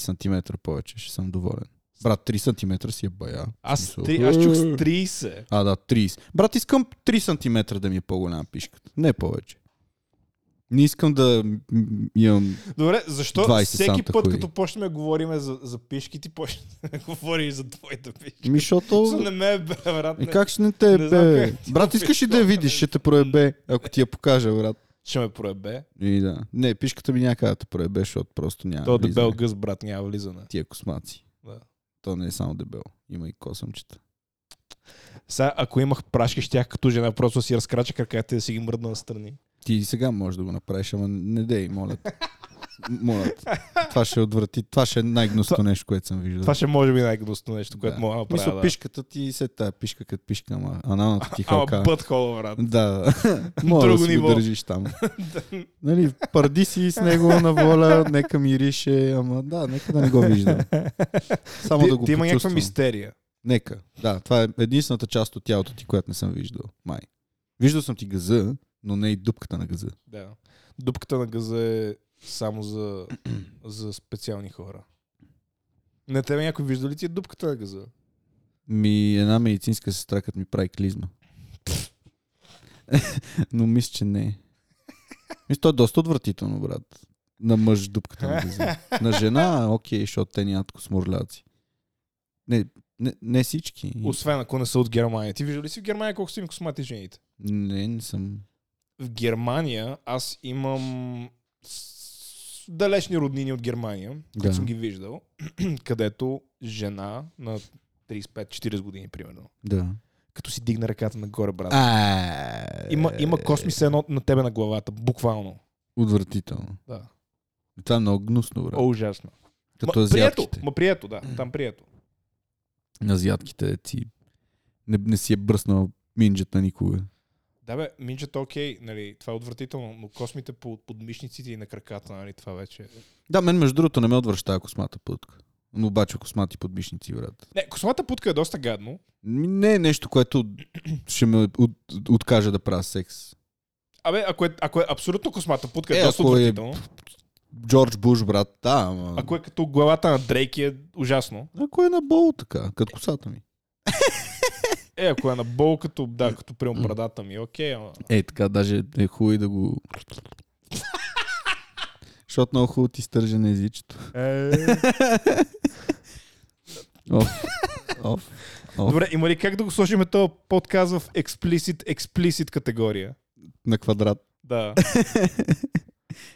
[SPEAKER 2] см повече. Ще съм доволен. Брат, 3 см си е бая.
[SPEAKER 1] Аз,
[SPEAKER 2] Смисъл.
[SPEAKER 1] три, аз чух с 30.
[SPEAKER 2] А, да, 30. Брат, искам 3 см да ми е по-голяма пишката. Не повече. Не искам да м- м- имам...
[SPEAKER 1] Добре, защо
[SPEAKER 2] 20
[SPEAKER 1] всеки
[SPEAKER 2] Санта
[SPEAKER 1] път,
[SPEAKER 2] хуи.
[SPEAKER 1] като почнем да говорим за, за пишки, ти почнеш да говориш за твоята пишка?
[SPEAKER 2] Ми,
[SPEAKER 1] Защо
[SPEAKER 2] защото...
[SPEAKER 1] не ме е, бе, брат?
[SPEAKER 2] Е,
[SPEAKER 1] Не.
[SPEAKER 2] как ще не те
[SPEAKER 1] Не знам
[SPEAKER 2] бе?
[SPEAKER 1] как ти
[SPEAKER 2] Брат,
[SPEAKER 1] го
[SPEAKER 2] искаш ли да я видиш? Ще те проебе, ако ти я покажа, брат.
[SPEAKER 1] Ще ме проебе.
[SPEAKER 2] И да. Не, пишката ми някъде да те проебе, защото просто няма.
[SPEAKER 1] То е
[SPEAKER 2] влизане.
[SPEAKER 1] дебел гъс, брат, няма влизане.
[SPEAKER 2] Тия космаци.
[SPEAKER 1] Да.
[SPEAKER 2] То не е само дебел. Има и косъмчета.
[SPEAKER 1] Сега, ако имах прашки, щях като жена просто да си разкрача краката и да си ги мръдна настрани.
[SPEAKER 2] Ти и сега можеш да го направиш, ама не дей, моля те. Моля те. Това ще отврати. Това ще е най-гнусното нещо, което съм виждал.
[SPEAKER 1] Това ще може би най-гнусното нещо, което
[SPEAKER 2] Да.
[SPEAKER 1] мога да
[SPEAKER 2] Мисля,
[SPEAKER 1] правя. да.
[SPEAKER 2] пишката ти се тая пишка, като пишка, ама аналната ти
[SPEAKER 1] Ама
[SPEAKER 2] халка.
[SPEAKER 1] път хола, брат.
[SPEAKER 2] Да, мога да
[SPEAKER 1] Друго
[SPEAKER 2] си го
[SPEAKER 1] ниво. <laughs>
[SPEAKER 2] държиш там. нали, парди си с него на воля, нека мирише, ама да, нека да не го виждам. Само да го
[SPEAKER 1] Ти, ти има някаква
[SPEAKER 2] почувствам.
[SPEAKER 1] мистерия.
[SPEAKER 2] Нека. Да, това е единствената част от тялото ти, която не съм виждал. Май. Виждал съм ти газа, но не и дупката на газа.
[SPEAKER 1] Да. Дупката на газа е само за, за специални хора. Не тебе някой вижда ли ти е дупката на газа?
[SPEAKER 2] Ми една медицинска сестра, като ми прави клизма. <laughs> но мисля, че не. Мисля, то е доста отвратително, брат. На мъж дупката на газа. На жена, окей, защото те нямат косморляци. Не, не, не всички.
[SPEAKER 1] Освен ако не са от Германия. Ти виждал ли си в Германия колко са им космати жените?
[SPEAKER 2] Не, не съм.
[SPEAKER 1] в Германия аз имам с- далечни роднини от Германия, които
[SPEAKER 2] Да.
[SPEAKER 1] съм ги виждал, <clears throat> където жена на 35-40 години, примерно,
[SPEAKER 2] Да.
[SPEAKER 1] като си дигна ръката нагоре, брат. А,
[SPEAKER 2] А,
[SPEAKER 1] има, има
[SPEAKER 2] е,
[SPEAKER 1] космис едно на тебе на главата, буквално.
[SPEAKER 2] Отвратително.
[SPEAKER 1] Да.
[SPEAKER 2] Това е много гнусно, брат.
[SPEAKER 1] О, ужасно.
[SPEAKER 2] Като
[SPEAKER 1] прието,
[SPEAKER 2] азиатките.
[SPEAKER 1] ма прието, да, там прието.
[SPEAKER 2] Азиатките ти не, не си е бръснал минджата никога.
[SPEAKER 1] Да бе, минчето окей, нали, това е отвратително, но космите по подмишниците и на краката, нали, това вече...
[SPEAKER 2] Да, мен между другото не ме отвръща космата пътка. Но обаче космати подмишници, брат.
[SPEAKER 1] Не, космата путка е доста гадно.
[SPEAKER 2] Ми, Не е нещо, което ще ме от, откаже да правя секс.
[SPEAKER 1] Абе, ако е, ако е абсолютно космата путка, е,
[SPEAKER 2] Е,
[SPEAKER 1] е доста
[SPEAKER 2] ако е-
[SPEAKER 1] отвратително.
[SPEAKER 2] Джордж Буш, брат, да, ама...
[SPEAKER 1] Ако е като главата на Дрейки е ужасно.
[SPEAKER 2] Ако е на бол така, като косата ми.
[SPEAKER 1] Е, ако е на бол, като, да, като прием брадата ми, окей, ама...
[SPEAKER 2] Е, така, даже е хубаво и да го... Защото много хубаво ти стържа на езичето.
[SPEAKER 1] <laughs>
[SPEAKER 2] Оф. Оф.
[SPEAKER 1] Добре, има ли как да го сложим този подкаст в експлисит, експлисит категория?
[SPEAKER 2] На квадрат.
[SPEAKER 1] Да.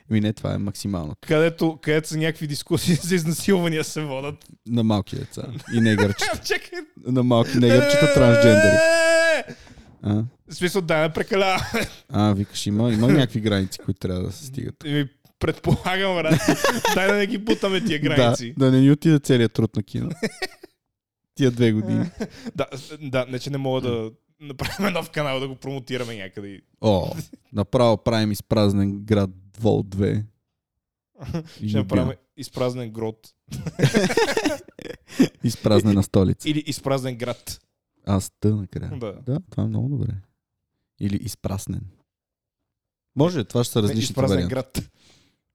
[SPEAKER 2] Ми не, това е максимално.
[SPEAKER 1] Където, където са някакви дискусии за изнасилвания се водат. Е,
[SPEAKER 2] На малки деца. И негърчета.
[SPEAKER 1] Чакай.
[SPEAKER 2] на малки негърчета трансджендери. А?
[SPEAKER 1] В смисъл, да, не прекаляваме.
[SPEAKER 2] а, викаш, има, има някакви граници, които трябва да се стигат.
[SPEAKER 1] <laughs> Ми, Предполагам, брат. Дай да не ги бутаме тия е граници.
[SPEAKER 2] Да, да не ни
[SPEAKER 1] <laughs>
[SPEAKER 2] отиде целият труд на кино. Тия две години.
[SPEAKER 1] Да, да, не че не мога да... направим нов канал да го промотираме някъде. и-
[SPEAKER 2] О, направо правим изпразнен град Вол
[SPEAKER 1] <laughs>
[SPEAKER 2] 2. И
[SPEAKER 1] Ще
[SPEAKER 2] Люблян.
[SPEAKER 1] направим изпразнен грот. <laughs>
[SPEAKER 2] Изпразнена столица.
[SPEAKER 1] Или изпразнен град.
[SPEAKER 2] Аз тъ накрая.
[SPEAKER 1] Да.
[SPEAKER 2] Да, това е много добре. Или изпраснен. Може, това ще са
[SPEAKER 1] Не,
[SPEAKER 2] различни
[SPEAKER 1] изпразнен
[SPEAKER 2] варианти.
[SPEAKER 1] град.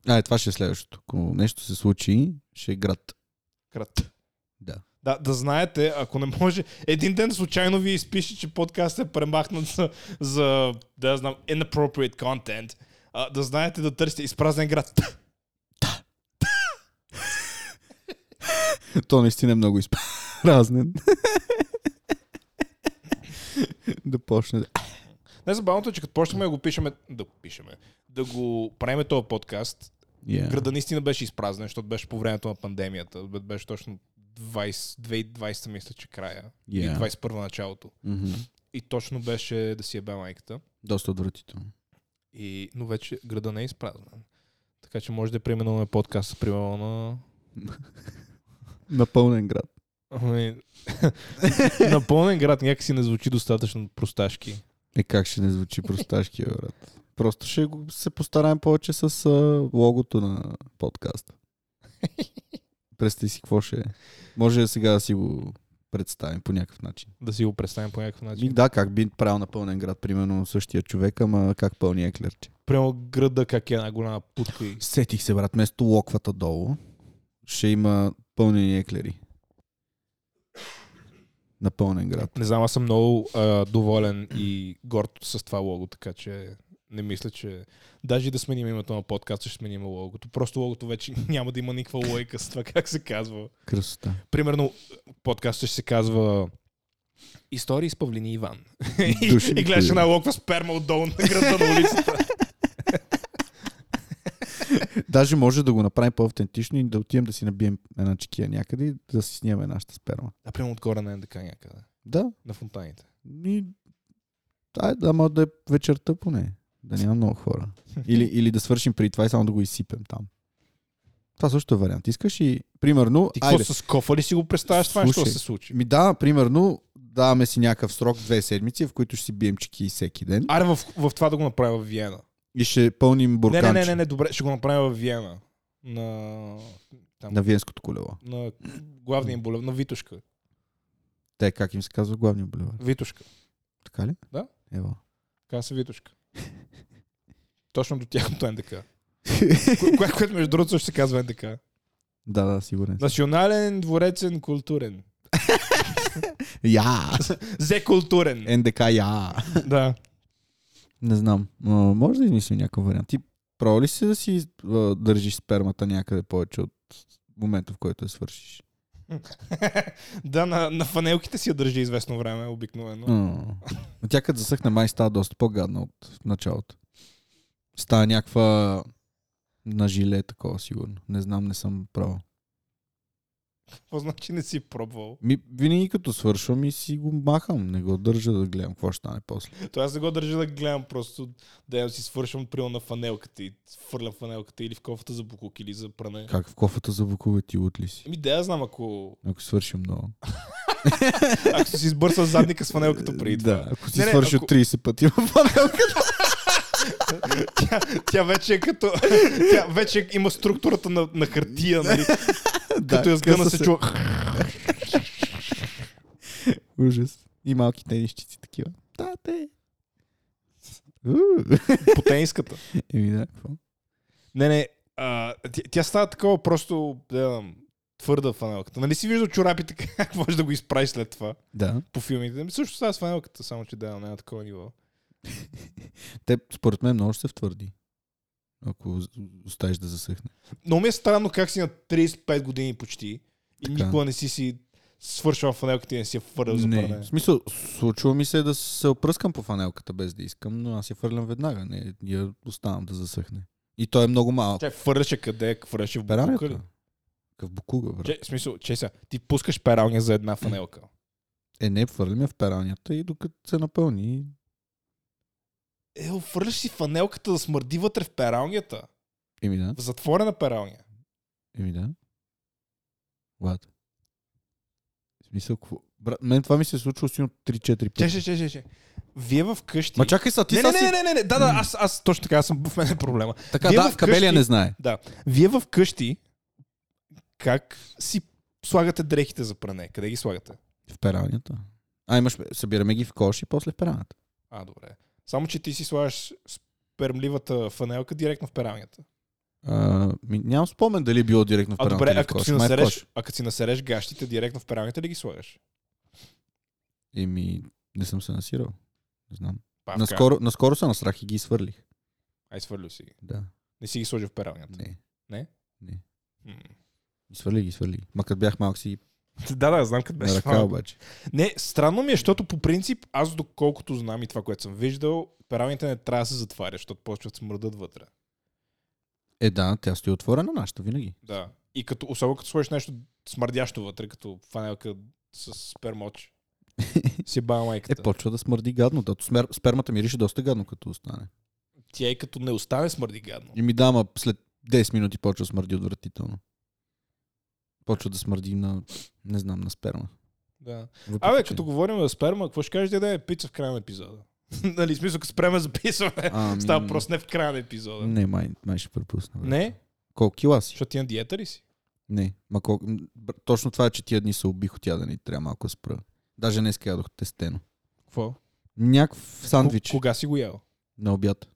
[SPEAKER 2] А, е, това ще е следващото. Ако нещо се случи, ще е град. <laughs>
[SPEAKER 1] Град.
[SPEAKER 2] Да.
[SPEAKER 1] Да, да знаете, ако не може, един ден случайно ви изпише, че подкастът е премахнат за, за да знам, inappropriate content, а, да знаете да търсите изпразнен град. <laughs>
[SPEAKER 2] То наистина е много изпразнен. <laughs> да почне. да-
[SPEAKER 1] Най-забавното е, че като почнахме да го пишеме, да го пишеме, да го правиме този подкаст,
[SPEAKER 2] Yeah.
[SPEAKER 1] града наистина беше изпразнен, защото беше по времето на пандемията. Бе- Беше точно 20, 2020, мисля, че края. И
[SPEAKER 2] Yeah.
[SPEAKER 1] 21 началото.
[SPEAKER 2] Мгм.
[SPEAKER 1] И точно беше да си ебе майката.
[SPEAKER 2] Доста отвратително.
[SPEAKER 1] И, но вече града не е изпразнен. Така че може да преименуваме подкаст, примерно на...
[SPEAKER 2] Напълнен град.
[SPEAKER 1] Ами, <laughs> на пълнен град някакси не звучи достатъчно просташки.
[SPEAKER 2] Е, как ще не звучи <laughs> просташкия брат? Просто ще го- се постараем повече с а, логото на <laughs> подкаста. Представи си какво ще е. Може сега да си го представим по някакъв начин.
[SPEAKER 1] Да си го представим по някакъв
[SPEAKER 2] Ми,
[SPEAKER 1] начин.
[SPEAKER 2] да, как би правил на пълнен град, примерно същия човек, ама как пълни еклерче.
[SPEAKER 1] Прямо града как е една голяма путка и...
[SPEAKER 2] Сетих се, брат, вместо локвата долу ще има пълнени еклери. На пълнен град.
[SPEAKER 1] Не знам, аз съм много а, доволен и горд с това лого, така че не мисля, че даже и да сменим името на подкаста, ще сменим логото. Просто логото вече <laughs> няма да има никаква логика с това как се казва.
[SPEAKER 2] Е, Красота.
[SPEAKER 1] Примерно, подкастът ще се казва Истории с Павлини Иван. <laughs> и,
[SPEAKER 2] Души ми
[SPEAKER 1] и гледаш
[SPEAKER 2] хуя.
[SPEAKER 1] една локва сперма отдолу на града на улицата. <laughs>
[SPEAKER 2] Даже може да го направим по-автентично и да отидем да си набием една чекия някъде и да си снимаме нашата сперма.
[SPEAKER 1] А прямо отгоре на НДК някъде.
[SPEAKER 2] Да,
[SPEAKER 1] На фонтаните.
[SPEAKER 2] и... Ай, да, ама да е вечерта поне. Да няма много хора. Или, или да свършим при това и само да го изсипем там. Това също е вариант. Искаш и, примерно,
[SPEAKER 1] Ти какво
[SPEAKER 2] айде,
[SPEAKER 1] с кофа ли си го представяш това, що
[SPEAKER 2] Слушай.
[SPEAKER 1] се случи?
[SPEAKER 2] ми да, примерно, даваме си някакъв срок, две седмици, в които ще си бием чеки всеки ден
[SPEAKER 1] Аре в, в това да го направя в Виена.
[SPEAKER 2] и ще пълним
[SPEAKER 1] Не,
[SPEAKER 2] бурканче
[SPEAKER 1] не, не, не, не, добре, ще го направя в Виена. На... Там,
[SPEAKER 2] на Виенското колело.
[SPEAKER 1] на главния им булев, на Витушка.
[SPEAKER 2] Те, как им се казва, главния булевар.
[SPEAKER 1] Витушка.
[SPEAKER 2] Така ли?
[SPEAKER 1] Да.
[SPEAKER 2] Ева.
[SPEAKER 1] Казва се Витушка. Точно до тяхното НДК. Кое- кое- Което между другото също се казва НДК.
[SPEAKER 2] да, да, сигурен. съм.
[SPEAKER 1] Национален дворецен културен.
[SPEAKER 2] Я!
[SPEAKER 1] Зе културен.
[SPEAKER 2] НДК, я!
[SPEAKER 1] Да. <laughs>
[SPEAKER 2] Не знам. А, може да измислим някакъв вариант. Ти пробва ли си да си а, държиш спермата някъде повече от момента, в който я свършиш?
[SPEAKER 1] да, на, на фанелките си я държи известно време, обикновено.
[SPEAKER 2] А. Но Тя като засъхне май става доста по-гадна от началото. Става някаква на жиле такова сигурно. Не знам, не съм прав.
[SPEAKER 1] Какво значи не си пробвал?
[SPEAKER 2] Ми, винаги като свършвам и си го махам. Не го държа да гледам какво ще стане после.
[SPEAKER 1] То аз не го държа да гледам, просто да я си свършвам прил на фанелката и фърля фанелката или в кофата за букук или за пране.
[SPEAKER 2] Как в кофата за бокове ти утли си?
[SPEAKER 1] Еми да я знам, ако,
[SPEAKER 2] Ако свършим много.
[SPEAKER 1] ако си избърса задника с фанелката преди това.
[SPEAKER 2] Да, ако си
[SPEAKER 1] Не, не,
[SPEAKER 2] свършил
[SPEAKER 1] ако-
[SPEAKER 2] 30 пъти в панелка.
[SPEAKER 1] Тя, тя вече е като... Тя вече има структурата на, на хартия, нали? като я сгъна
[SPEAKER 2] къса
[SPEAKER 1] се чува... <laughs>
[SPEAKER 2] Ужас. И малки тенисчици такива. Да, те. У.
[SPEAKER 1] По тениската.
[SPEAKER 2] <laughs> Еми да, какво?
[SPEAKER 1] Не, не. А, тя, тя става такова просто... Да, я знам, твърда фанелката. Нали си виждал чорапите <laughs> как можеш да го изправиш след това
[SPEAKER 2] Да.
[SPEAKER 1] по филмите? Ами Също става с фанелката, само че да, не на такова ниво.
[SPEAKER 2] Те, според мен, много ще се втвърди. Ако з- оставиш да засъхне.
[SPEAKER 1] Но ми е странно как си на 35 години почти и
[SPEAKER 2] Така.
[SPEAKER 1] никога не си си свършвал фанелката и не си я фърлял за
[SPEAKER 2] Не, в
[SPEAKER 1] пране.
[SPEAKER 2] смисъл, случва ми се да се опръскам по фанелката без да искам, но аз я фърлям веднага. Не, я оставам да засъхне. И той е много малък.
[SPEAKER 1] Тя фърляше къде? Фърляше в букука ли?
[SPEAKER 2] Пералнята. Къв букуга, брат.
[SPEAKER 1] Че, в смисъл, че сега, ти пускаш пералня за една фанелка.
[SPEAKER 2] Е, не, фърлям я в пералнята и докато се напълни.
[SPEAKER 1] Е, фърляш си фанелката да смърди вътре в пералнята.
[SPEAKER 2] Еми да,
[SPEAKER 1] В затворена пералня.
[SPEAKER 2] еми да. What? В смисъл, какво? Брат, мен това ми се е случило сигурно 3-4 пъти.
[SPEAKER 1] Чеше, чеше, чеше. Вие вкъщи...
[SPEAKER 2] Ма чакай са, ти
[SPEAKER 1] не,
[SPEAKER 2] са
[SPEAKER 1] не,
[SPEAKER 2] си...
[SPEAKER 1] не, не, не, не, да, да, аз, аз точно така, аз съм в мен е проблема.
[SPEAKER 2] Така,
[SPEAKER 1] Вие
[SPEAKER 2] да,
[SPEAKER 1] вкъщи-
[SPEAKER 2] кабелия не знае.
[SPEAKER 1] Да. Вие в къщи как си слагате дрехите за пране? Къде ги слагате?
[SPEAKER 2] В пералнята. А, имаш, събираме ги в кош и после в пералнята.
[SPEAKER 1] А, добре. Само, че ти си слагаш спермливата фанелка директно в пералнята.
[SPEAKER 2] А, ми, нямам спомен дали е било директно в
[SPEAKER 1] А,
[SPEAKER 2] пералнята
[SPEAKER 1] добре,
[SPEAKER 2] или
[SPEAKER 1] а
[SPEAKER 2] в
[SPEAKER 1] като,
[SPEAKER 2] кош.
[SPEAKER 1] си
[SPEAKER 2] Май в
[SPEAKER 1] насереш,
[SPEAKER 2] кош.
[SPEAKER 1] а като си насереш гащите директно в пералнята ли ги слагаш?
[SPEAKER 2] Еми, не съм се насирал. Не знам.
[SPEAKER 1] Павка.
[SPEAKER 2] Наскоро, наскоро се насрах и ги свърлих.
[SPEAKER 1] Ай, свърлю си ги.
[SPEAKER 2] Да.
[SPEAKER 1] Не си ги сложи в пералнята.
[SPEAKER 2] Не.
[SPEAKER 1] М.
[SPEAKER 2] Свърли ги, свърли. Ма като бях малък си ги
[SPEAKER 1] Да, да, знам къде
[SPEAKER 2] на
[SPEAKER 1] беше.
[SPEAKER 2] ръка
[SPEAKER 1] това.
[SPEAKER 2] обаче.
[SPEAKER 1] Не, странно ми е, защото по принцип, аз доколкото знам и това, което съм виждал, пералните не трябва да се затваря, защото почват да смърдат вътре.
[SPEAKER 2] Е, да, тя стои отворена нашата винаги.
[SPEAKER 1] Да. И като, особено като сложиш нещо смърдящо вътре, като фанелка с
[SPEAKER 2] <laughs>
[SPEAKER 1] спермоч. си бая
[SPEAKER 2] Е,
[SPEAKER 1] майката.
[SPEAKER 2] почва да смърди гадно. Да, смер, спермата мирише доста гадно, като остане.
[SPEAKER 1] Тя и като не остане смърди гадно.
[SPEAKER 2] И ми дама след 10 минути почва да смърди отвратително. Почва да смърди на, не знам, на сперма.
[SPEAKER 1] Да.
[SPEAKER 2] Въпреки,
[SPEAKER 1] Абе,
[SPEAKER 2] че-
[SPEAKER 1] като говорим за сперма, какво ще кажете да е пица в края на епизода? <laughs> нали, в смисъл, като спреме записване.
[SPEAKER 2] Ами,
[SPEAKER 1] Става просто не в края на епизода.
[SPEAKER 2] Не, май, май ще пропусна. Не.
[SPEAKER 1] Не?
[SPEAKER 2] Колко кила си?
[SPEAKER 1] Защото ти на диета ли си?
[SPEAKER 2] Не. Ма колко... м, бр- Точно това е, че тия дни се убих от ядене. Трябва малко да спра. Даже днес ядох тестено.
[SPEAKER 1] Какво?
[SPEAKER 2] Някакъв сандвич
[SPEAKER 1] Е, Кога си го ял?
[SPEAKER 2] на обяд.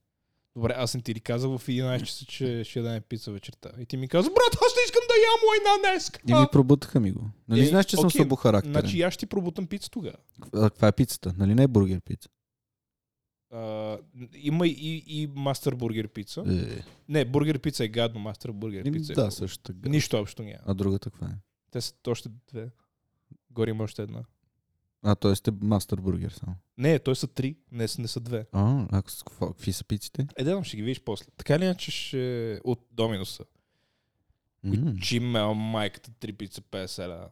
[SPEAKER 1] Добре, аз съм ти ли казал в 11 часа, че ще ядем пица вечерта. И ти ми каза, брат, аз не искам да ям лайна днес.
[SPEAKER 2] И ми пробутаха ми го. Нали
[SPEAKER 1] Е,
[SPEAKER 2] знаеш, че съм
[SPEAKER 1] окей,
[SPEAKER 2] слабохарактерен?
[SPEAKER 1] Значи и аз ще ти пробутам пица тогава.
[SPEAKER 2] А, каква е пицата? Нали не е бургер пица?
[SPEAKER 1] А, има и, и мастер бургер пица.
[SPEAKER 2] Е,
[SPEAKER 1] Не, бургер пица е гадно, мастер бургер
[SPEAKER 2] Еми,
[SPEAKER 1] пица. е
[SPEAKER 2] да,
[SPEAKER 1] хубаво.
[SPEAKER 2] също така.
[SPEAKER 1] Нищо общо няма.
[SPEAKER 2] А другата каква е?
[SPEAKER 1] Те са още две. Горе има още една.
[SPEAKER 2] А, т.е. сте мастер бургер само.
[SPEAKER 1] Не, той са три, не, са- не са две.
[SPEAKER 2] А, ако с какво- какви са пиците?
[SPEAKER 1] Е, да, ще ги видиш после. Така ли иначе ще... от Доминуса?
[SPEAKER 2] М,
[SPEAKER 1] Чим е майката 3 пица 50 ля.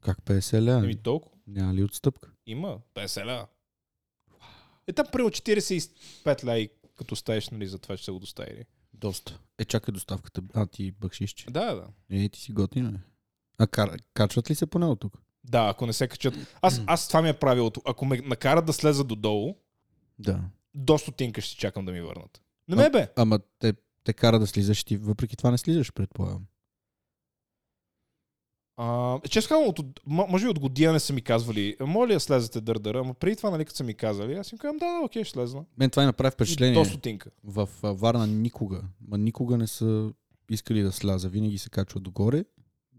[SPEAKER 2] Как 50 ля?
[SPEAKER 1] Еми толкова.
[SPEAKER 2] Няма ли отстъпка?
[SPEAKER 1] Има 50 ля. Е там примерно 45 ля и като стаеш, нали, за това, че са го доставили.
[SPEAKER 2] Доста. Е, чакай доставката. А, ти бакшишче.
[SPEAKER 1] Да, да.
[SPEAKER 2] Е, ти си готина. бе. А кар... качват ли се поне от тук?
[SPEAKER 1] Да, ако не се качат. Аз, аз това ми е правилото. Ако ме накарат да слеза додолу,
[SPEAKER 2] Да.
[SPEAKER 1] до стотинка ще чакам да ми върнат. Не ме бе.
[SPEAKER 2] Ама те, те кара да слизаш и ти въпреки това не слизаш, предполагам.
[SPEAKER 1] А, е, честно казвам, от, от- м- може би от година не са ми казвали, моля ли да слезете дърдъра, ама преди това, нали, като са ми казали, аз им казвам, да, да, окей, ще слезна.
[SPEAKER 2] Мен това ми направи
[SPEAKER 1] И
[SPEAKER 2] впечатление.
[SPEAKER 1] До стотинка.
[SPEAKER 2] В а, Варна никога, ма никога не са искали да сляза. Винаги се качват догоре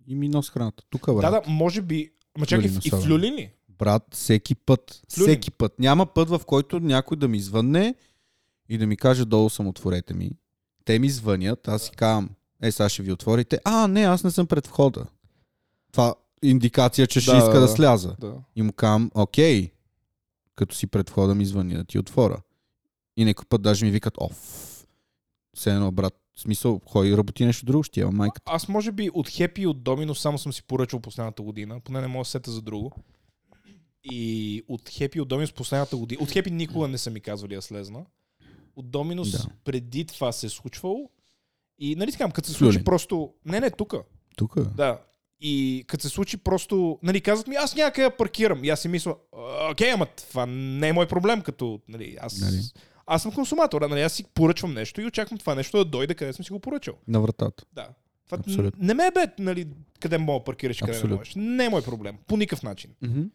[SPEAKER 2] и ми нос храната. Тук, брат.
[SPEAKER 1] Да, да, може би. Ма чакай,
[SPEAKER 2] Люлин
[SPEAKER 1] и в
[SPEAKER 2] особено.
[SPEAKER 1] Люлин ли?
[SPEAKER 2] Брат, всеки път.
[SPEAKER 1] Люлин.
[SPEAKER 2] Всеки път. Няма път, в който някой да ми звънне и да ми каже долу съм, отворете ми. Те ми звънят, аз си казвам, е, сега ще ви отворите. А, не, аз не съм пред входа. Това индикация, че ще
[SPEAKER 1] Да,
[SPEAKER 2] иска
[SPEAKER 1] да,
[SPEAKER 2] да,
[SPEAKER 1] да.
[SPEAKER 2] сляза.
[SPEAKER 1] Да.
[SPEAKER 2] И му казвам, окей, като си пред входа ми звъни да ти отворя. И някой път даже ми викат, оф, все едно, брат, в смисъл, ходи и работи нещо друго, ще имам майка.
[SPEAKER 1] Аз може би от Хепи и от Домино само съм си поръчал последната година, поне не мога да се сета за друго. И от Хепи и от Доминус последната година. От Хепи никога не са ми казвали да слезна. От Доминус
[SPEAKER 2] Да.
[SPEAKER 1] да. преди това се е случвало. И нали така, като се
[SPEAKER 2] С Люлин.
[SPEAKER 1] случи просто... Не, не, тука.
[SPEAKER 2] Тук.
[SPEAKER 1] Да. И като се случи просто, нали, казват ми, аз някъде я паркирам. И аз си мисля, «А, окей, ама това не е мой проблем, като, нали, аз...
[SPEAKER 2] Нали.
[SPEAKER 1] Аз съм консуматор, а, нали, аз си поръчвам нещо и очаквам това нещо да дойде къде съм си го поръчал.
[SPEAKER 2] На вратата.
[SPEAKER 1] Да. Това н-
[SPEAKER 2] Абсолютно.
[SPEAKER 1] не ме бе, нали, къде мога да паркираш, и къде
[SPEAKER 2] Абсолютно.
[SPEAKER 1] не можеш. Не е мой проблем. По никакъв начин.
[SPEAKER 2] Mm-hmm.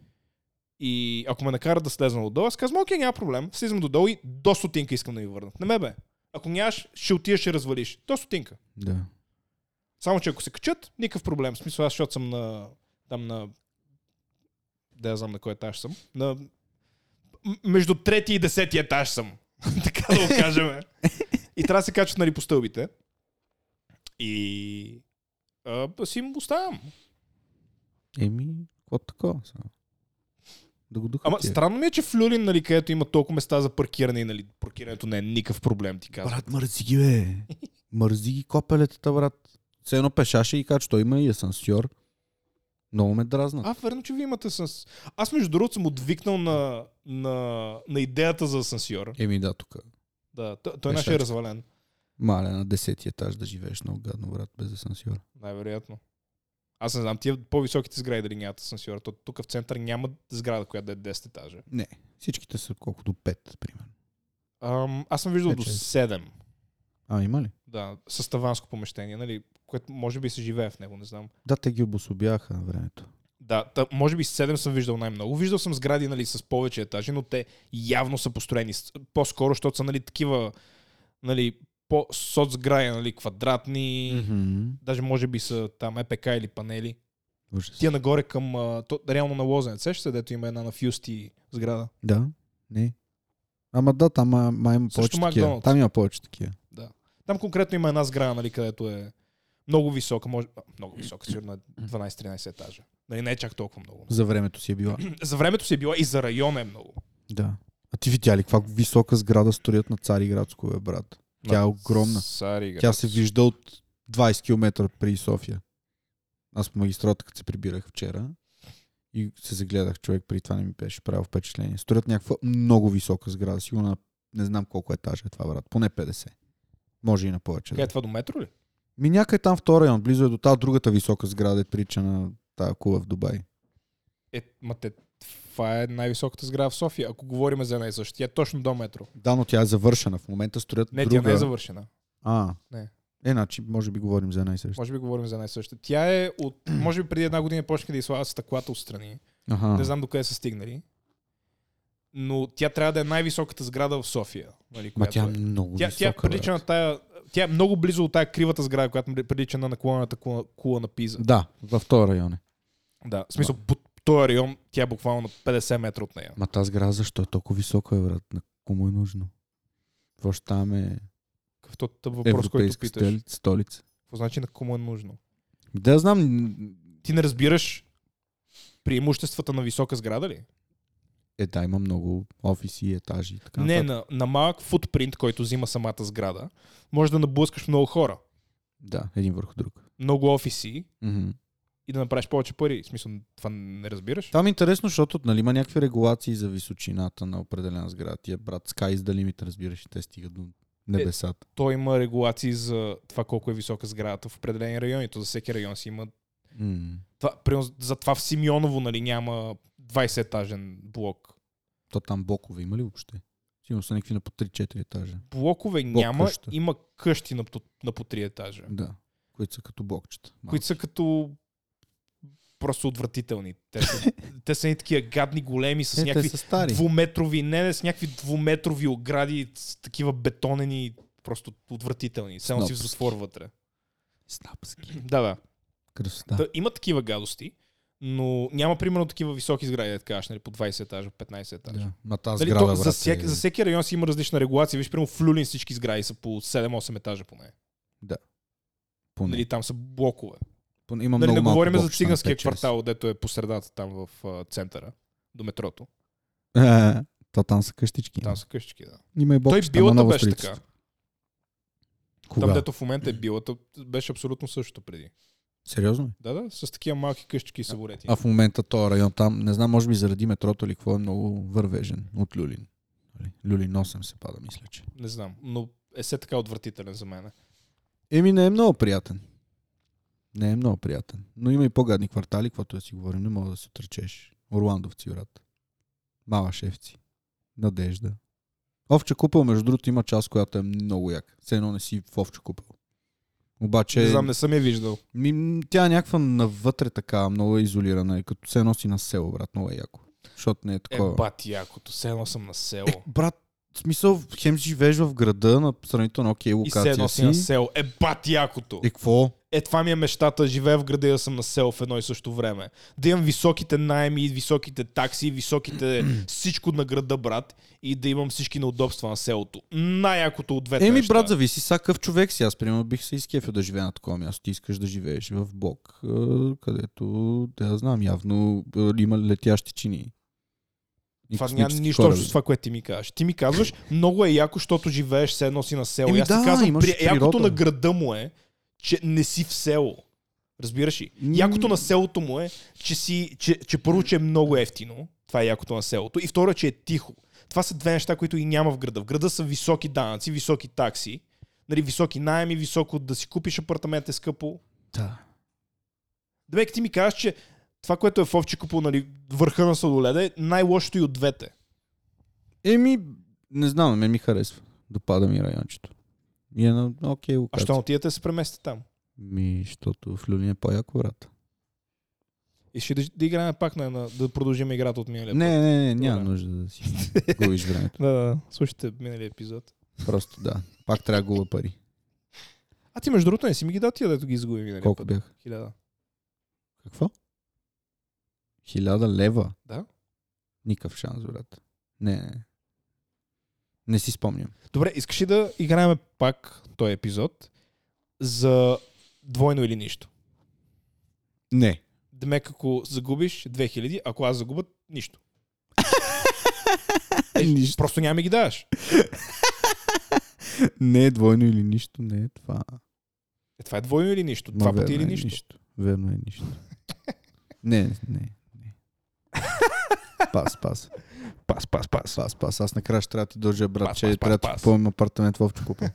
[SPEAKER 1] И ако ме накарат да слезна отдолу, аз казвам, окей, няма проблем. Слизам додолу и до стотинка искам да ми върнат. Не ме бе. Ако нямаш, ще отидеш, ще развалиш. До стотинка.
[SPEAKER 2] Да.
[SPEAKER 1] Само, че ако се качат, никакъв проблем. В смисъл, аз, защото съм на... Там на... Да, я знам на кой етаж съм. На... М- Между трети и десети етаж съм. <laughs> така да го кажем. и трябва да се качат, нали, по стълбите. И... А, аз си им оставям.
[SPEAKER 2] Еми, какво такова? Сега? Да го духат.
[SPEAKER 1] Ама странно ми е, че в Люлин, нали, където има толкова места за паркиране и нали, паркирането не е никакъв проблем, ти казвам.
[SPEAKER 2] Брат, мързи ги, бе.
[SPEAKER 1] <laughs>
[SPEAKER 2] Мързи ги копелетата, брат. Все едно пешаше и кача, той има и асансьор. Много ме дразнат.
[SPEAKER 1] А, верно, че ви имате с... Аз, между другото, съм отвикнал на, на, на идеята за асансьор.
[SPEAKER 2] Еми да, тук.
[SPEAKER 1] Да, той, той наш е
[SPEAKER 2] Мешачка.
[SPEAKER 1] развален.
[SPEAKER 2] Мале, на 10 етаж да живееш много гадно, брат, без асансьор.
[SPEAKER 1] Най-вероятно. Аз не знам, тия по-високите сгради дали нямат асансьор. То, тук в център няма сграда, която да е 10 етажа.
[SPEAKER 2] Не, всичките са колкото 5, примерно.
[SPEAKER 1] Ам, аз съм виждал
[SPEAKER 2] Не,
[SPEAKER 1] до
[SPEAKER 2] че-
[SPEAKER 1] 7.
[SPEAKER 2] А, има ли?
[SPEAKER 1] Да, с таванско помещение, нали, което може би се живее в него, не знам.
[SPEAKER 2] Да, те ги обособяха на времето.
[SPEAKER 1] Да, та, може би 7 съм виждал най-много. Виждал съм сгради нали, с повече етажи, но те явно са построени с- по-скоро, защото са нали, такива нали, по-соцгради, нали, квадратни, mm-hmm.
[SPEAKER 2] Mm-hmm.
[SPEAKER 1] даже може би са там ЕПК или панели.
[SPEAKER 2] Ужас.
[SPEAKER 1] Тия нагоре към, а, то, реално на Лозенец, сещаш се, дето има една на Фюсти сграда.
[SPEAKER 2] Да, не. Ама да, там а, май има
[SPEAKER 1] Също
[SPEAKER 2] повече такива.
[SPEAKER 1] Макдоналдс.
[SPEAKER 2] Там има повече такива.
[SPEAKER 1] Там конкретно има една сграда, нали, където е много висока, може, а, много висока, сигурно е 12-13 етажа. Нали, не е чак толкова много.
[SPEAKER 2] За времето си е била.
[SPEAKER 1] За времето си е била и за района е много.
[SPEAKER 2] да. А ти видя ли каква висока сграда строят на Цариградско, бе, брат? Тя е огромна.
[SPEAKER 1] Сари,
[SPEAKER 2] Тя се вижда от 20 км при София. Аз по магистрата, като се прибирах вчера и се загледах човек, при това не ми беше правил впечатление. Строят някаква много висока сграда, сигурно на не знам колко етажа е това, брат. Поне 50. Може и на повече.
[SPEAKER 1] Къде
[SPEAKER 2] Да.
[SPEAKER 1] е това до метро ли?
[SPEAKER 2] Ми някъде там в този район, близо е до тази другата висока сграда, е прилича на тази кула в Дубай.
[SPEAKER 1] Е, ма те, това е най-високата сграда в София, ако говорим за една и съща. Тя е точно до метро.
[SPEAKER 2] Да, но тя е завършена. В момента строят
[SPEAKER 1] Не,
[SPEAKER 2] друга.
[SPEAKER 1] тя не е завършена.
[SPEAKER 2] А,
[SPEAKER 1] Не.
[SPEAKER 2] Е, значи, може би говорим за една и съща.
[SPEAKER 1] Може би говорим за една и съща. Тя е от... Може би преди една година почнаха да излагат стъклата отстрани.
[SPEAKER 2] Аха.
[SPEAKER 1] Не знам до къде са стигнали. Но тя трябва да е най-високата сграда в София. Нали,
[SPEAKER 2] Ма
[SPEAKER 1] която
[SPEAKER 2] тя е
[SPEAKER 1] е.
[SPEAKER 2] много
[SPEAKER 1] тя, тя
[SPEAKER 2] висока.
[SPEAKER 1] прилича
[SPEAKER 2] брат.
[SPEAKER 1] на тая... Тя е много близо от тая кривата сграда, която прилича на наклонената кула, кула на Пиза.
[SPEAKER 2] Да, в този район е.
[SPEAKER 1] Да, в смисъл, по този район тя е буквално на 50 метра от нея.
[SPEAKER 2] Ма тази сграда защо е толкова висока, бе, брат? На кому е нужно? Какво ще там е
[SPEAKER 1] Какъвто тъп въпрос, който
[SPEAKER 2] европейска
[SPEAKER 1] питаш.
[SPEAKER 2] стели- столица?
[SPEAKER 1] Какво значи на кому е нужно?
[SPEAKER 2] Да, знам.
[SPEAKER 1] Ти не разбираш преимуществата на висока сграда ли?
[SPEAKER 2] Е, да, има много офиси, етажи и така.
[SPEAKER 1] не,
[SPEAKER 2] нататък.
[SPEAKER 1] на, на малък футпринт, който взима самата сграда, може да наблъскаш много хора,
[SPEAKER 2] Да, един върху друг.
[SPEAKER 1] много офиси
[SPEAKER 2] Мгм.
[SPEAKER 1] и да направиш повече пари. В смисъл, това не разбираш?
[SPEAKER 2] Там е интересно, защото нали, има някакви регулации за височината на определена сграда. Тия брат Sky is the limit, разбираш, и те стигат до небесата.
[SPEAKER 1] Той има регулации за това колко е висока сградата в определени райони. То за всеки район си има...
[SPEAKER 2] М.
[SPEAKER 1] Това, примерно, за това в Симеоново нали, няма 20-етажен блок.
[SPEAKER 2] То там бокове има ли въобще? Сигурно са някакви на по 3-4 етажа.
[SPEAKER 1] Блокове
[SPEAKER 2] Блок
[SPEAKER 1] няма,
[SPEAKER 2] къща.
[SPEAKER 1] има къщи на, по- на по три етажа.
[SPEAKER 2] Да. Които са като блокчета. Малко.
[SPEAKER 1] които са като просто отвратителни. Те са,
[SPEAKER 2] <laughs>
[SPEAKER 1] те са и такива гадни, големи, с
[SPEAKER 2] Е,
[SPEAKER 1] някакви
[SPEAKER 2] те са стари.
[SPEAKER 1] двуметрови, не, не, с някакви двуметрови огради, с такива бетонени, просто отвратителни. Само си в
[SPEAKER 2] Снобски.
[SPEAKER 1] затвор вътре. <clears throat>
[SPEAKER 2] Снапски.
[SPEAKER 1] Да, да.
[SPEAKER 2] Красота.
[SPEAKER 1] да. Има такива гадости, но няма примерно такива високи сгради, да кажеш, нали, по 20 етажа, 15 етажа.
[SPEAKER 2] Да. Ма тази
[SPEAKER 1] Дали,
[SPEAKER 2] сграда,
[SPEAKER 1] то,
[SPEAKER 2] брат,
[SPEAKER 1] за, всеки,
[SPEAKER 2] е...
[SPEAKER 1] за всеки район си има различна регулация. Виж, примерно в Люлин всички сгради са по 7-8 етажа поне.
[SPEAKER 2] поне,
[SPEAKER 1] Нали, там са блокове.
[SPEAKER 2] поне, има
[SPEAKER 1] Нали,
[SPEAKER 2] много
[SPEAKER 1] не
[SPEAKER 2] малко
[SPEAKER 1] говорим за
[SPEAKER 2] блокчета на
[SPEAKER 1] циганския
[SPEAKER 2] 5-6.
[SPEAKER 1] квартал, дето е по средата там в а, центъра, до метрото.
[SPEAKER 2] <laughs> Е, То там са къщички.
[SPEAKER 1] Там са къщички, да.
[SPEAKER 2] Има и
[SPEAKER 1] Той
[SPEAKER 2] блокчета. ама
[SPEAKER 1] билата
[SPEAKER 2] много
[SPEAKER 1] беше
[SPEAKER 2] стрицата.
[SPEAKER 1] така.
[SPEAKER 2] Кога?
[SPEAKER 1] Там, дето в момента е билата, беше абсолютно същото преди.
[SPEAKER 2] Сериозно? ли?
[SPEAKER 1] Да, да, с такива малки къщички и събурети.
[SPEAKER 2] А в момента този район там, не знам, може би заради метрото или какво е много вървежен от Люлин. Нали? Люлин 8 се пада, мисля, че.
[SPEAKER 1] Не знам, но е все така отвратителен за мен.
[SPEAKER 2] Еми не е много приятен. Не е много приятен. Но има и по-гадни квартали, каквото да си говорим, не мога да се отречеш. Орландовци, брат. Мала шефци. Надежда. Овча купел, между другото, има част, която е много як. Все едно не си в овча купел. Обаче,
[SPEAKER 1] Не знам, не съм я виждал.
[SPEAKER 2] ми, м, тя е някаква навътре така, много е изолирана. И като се едно си на село, брат, много е яко. Защото не е
[SPEAKER 1] Е,
[SPEAKER 2] такова. Е,
[SPEAKER 1] бати, якото, все едно съм на село.
[SPEAKER 2] брат, в смисъл, хем живееш в града на сравнително окей
[SPEAKER 1] И все едно
[SPEAKER 2] локация
[SPEAKER 1] си на
[SPEAKER 2] си.
[SPEAKER 1] село. Е, бати, якото.
[SPEAKER 2] И какво?
[SPEAKER 1] Е, това ми е мечтата. Живея в града и да съм на село в едно и също време. Да имам високите найми, високите такси,
[SPEAKER 2] <clears throat>
[SPEAKER 1] високите всичко на града, брат. И да имам всички на удобства на селото. Най-якото от двете
[SPEAKER 2] Еми,
[SPEAKER 1] неща.
[SPEAKER 2] брат, зависи са какъв човек си. Аз, примерно, бих се изкефил да живея на такова място. Ти искаш да живееш в блок, е, където, да я знам, явно е, има летящи чини. И
[SPEAKER 1] Това няма
[SPEAKER 2] космически
[SPEAKER 1] нищо
[SPEAKER 2] кораби.
[SPEAKER 1] общо с това, което ти ми казваш. Ти ми казваш, много е яко, защото живееш все едно си на село.
[SPEAKER 2] Еми
[SPEAKER 1] И аз ти
[SPEAKER 2] да,
[SPEAKER 1] казвам,
[SPEAKER 2] имаш
[SPEAKER 1] при... якото
[SPEAKER 2] природа.
[SPEAKER 1] на града му е, че не си в село. Разбираш ли?
[SPEAKER 2] М.
[SPEAKER 1] Якото на селото му е, че, си, че, че първо, че е много ефтино. Това е якото на селото. И второ, че е тихо. Това са две неща, които и няма в града. В града са високи данъци, високи такси, нали, високи найеми, високо да си купиш апартамент е скъпо.
[SPEAKER 2] Да.
[SPEAKER 1] Демек, ти ми казваш, че това, което е в овче по нали, върха на сладоледа, е най-лошото и от двете.
[SPEAKER 2] Еми, не знам, на мен ми харесва. Допада ми райончето. И е на окей
[SPEAKER 1] А
[SPEAKER 2] локация.
[SPEAKER 1] що не отидете да се премести там?
[SPEAKER 2] Ми, защото в Люлин е по-яко, брат.
[SPEAKER 1] И ще да, да играем пак на, на, да продължим играта от миналия път.
[SPEAKER 2] Не, не, не, няма
[SPEAKER 1] Добре.
[SPEAKER 2] нужда да си губиш времето.
[SPEAKER 1] Да, да, да. слушайте миналия епизод.
[SPEAKER 2] Просто да. Пак трябва да губа пари.
[SPEAKER 1] А ти между другото не си ми ги дал тия, дето ги изгуби миналия
[SPEAKER 2] Колко
[SPEAKER 1] път.
[SPEAKER 2] бях?
[SPEAKER 1] Хиляда.
[SPEAKER 2] Какво? Хиляда лева?
[SPEAKER 1] Да.
[SPEAKER 2] Никакъв шанс, брат. Не, не. Не си спомням.
[SPEAKER 1] Добре, искаш ли да играем пак този епизод за двойно или нищо?
[SPEAKER 2] Не.
[SPEAKER 1] Демек, ако загубиш 2000, ако аз загуба, нищо. Е,
[SPEAKER 2] <laughs> Нищо.
[SPEAKER 1] Просто няма ми ги даваш.
[SPEAKER 2] Не е двойно или нищо, не е това.
[SPEAKER 1] Е, това е двойно или нищо? Два
[SPEAKER 2] Ма,
[SPEAKER 1] пъти или
[SPEAKER 2] верно е
[SPEAKER 1] нищо?
[SPEAKER 2] нищо. Верно е нищо. не, не, не. Пас, пас.
[SPEAKER 1] Пас, пас, пас.
[SPEAKER 2] Пас, пас. Аз накрая ще трябва да ти дължа, брат,
[SPEAKER 1] Пас,
[SPEAKER 2] че
[SPEAKER 1] пас, пас,
[SPEAKER 2] трябва да ти
[SPEAKER 1] пас.
[SPEAKER 2] купувам апартамент в Овчо купа.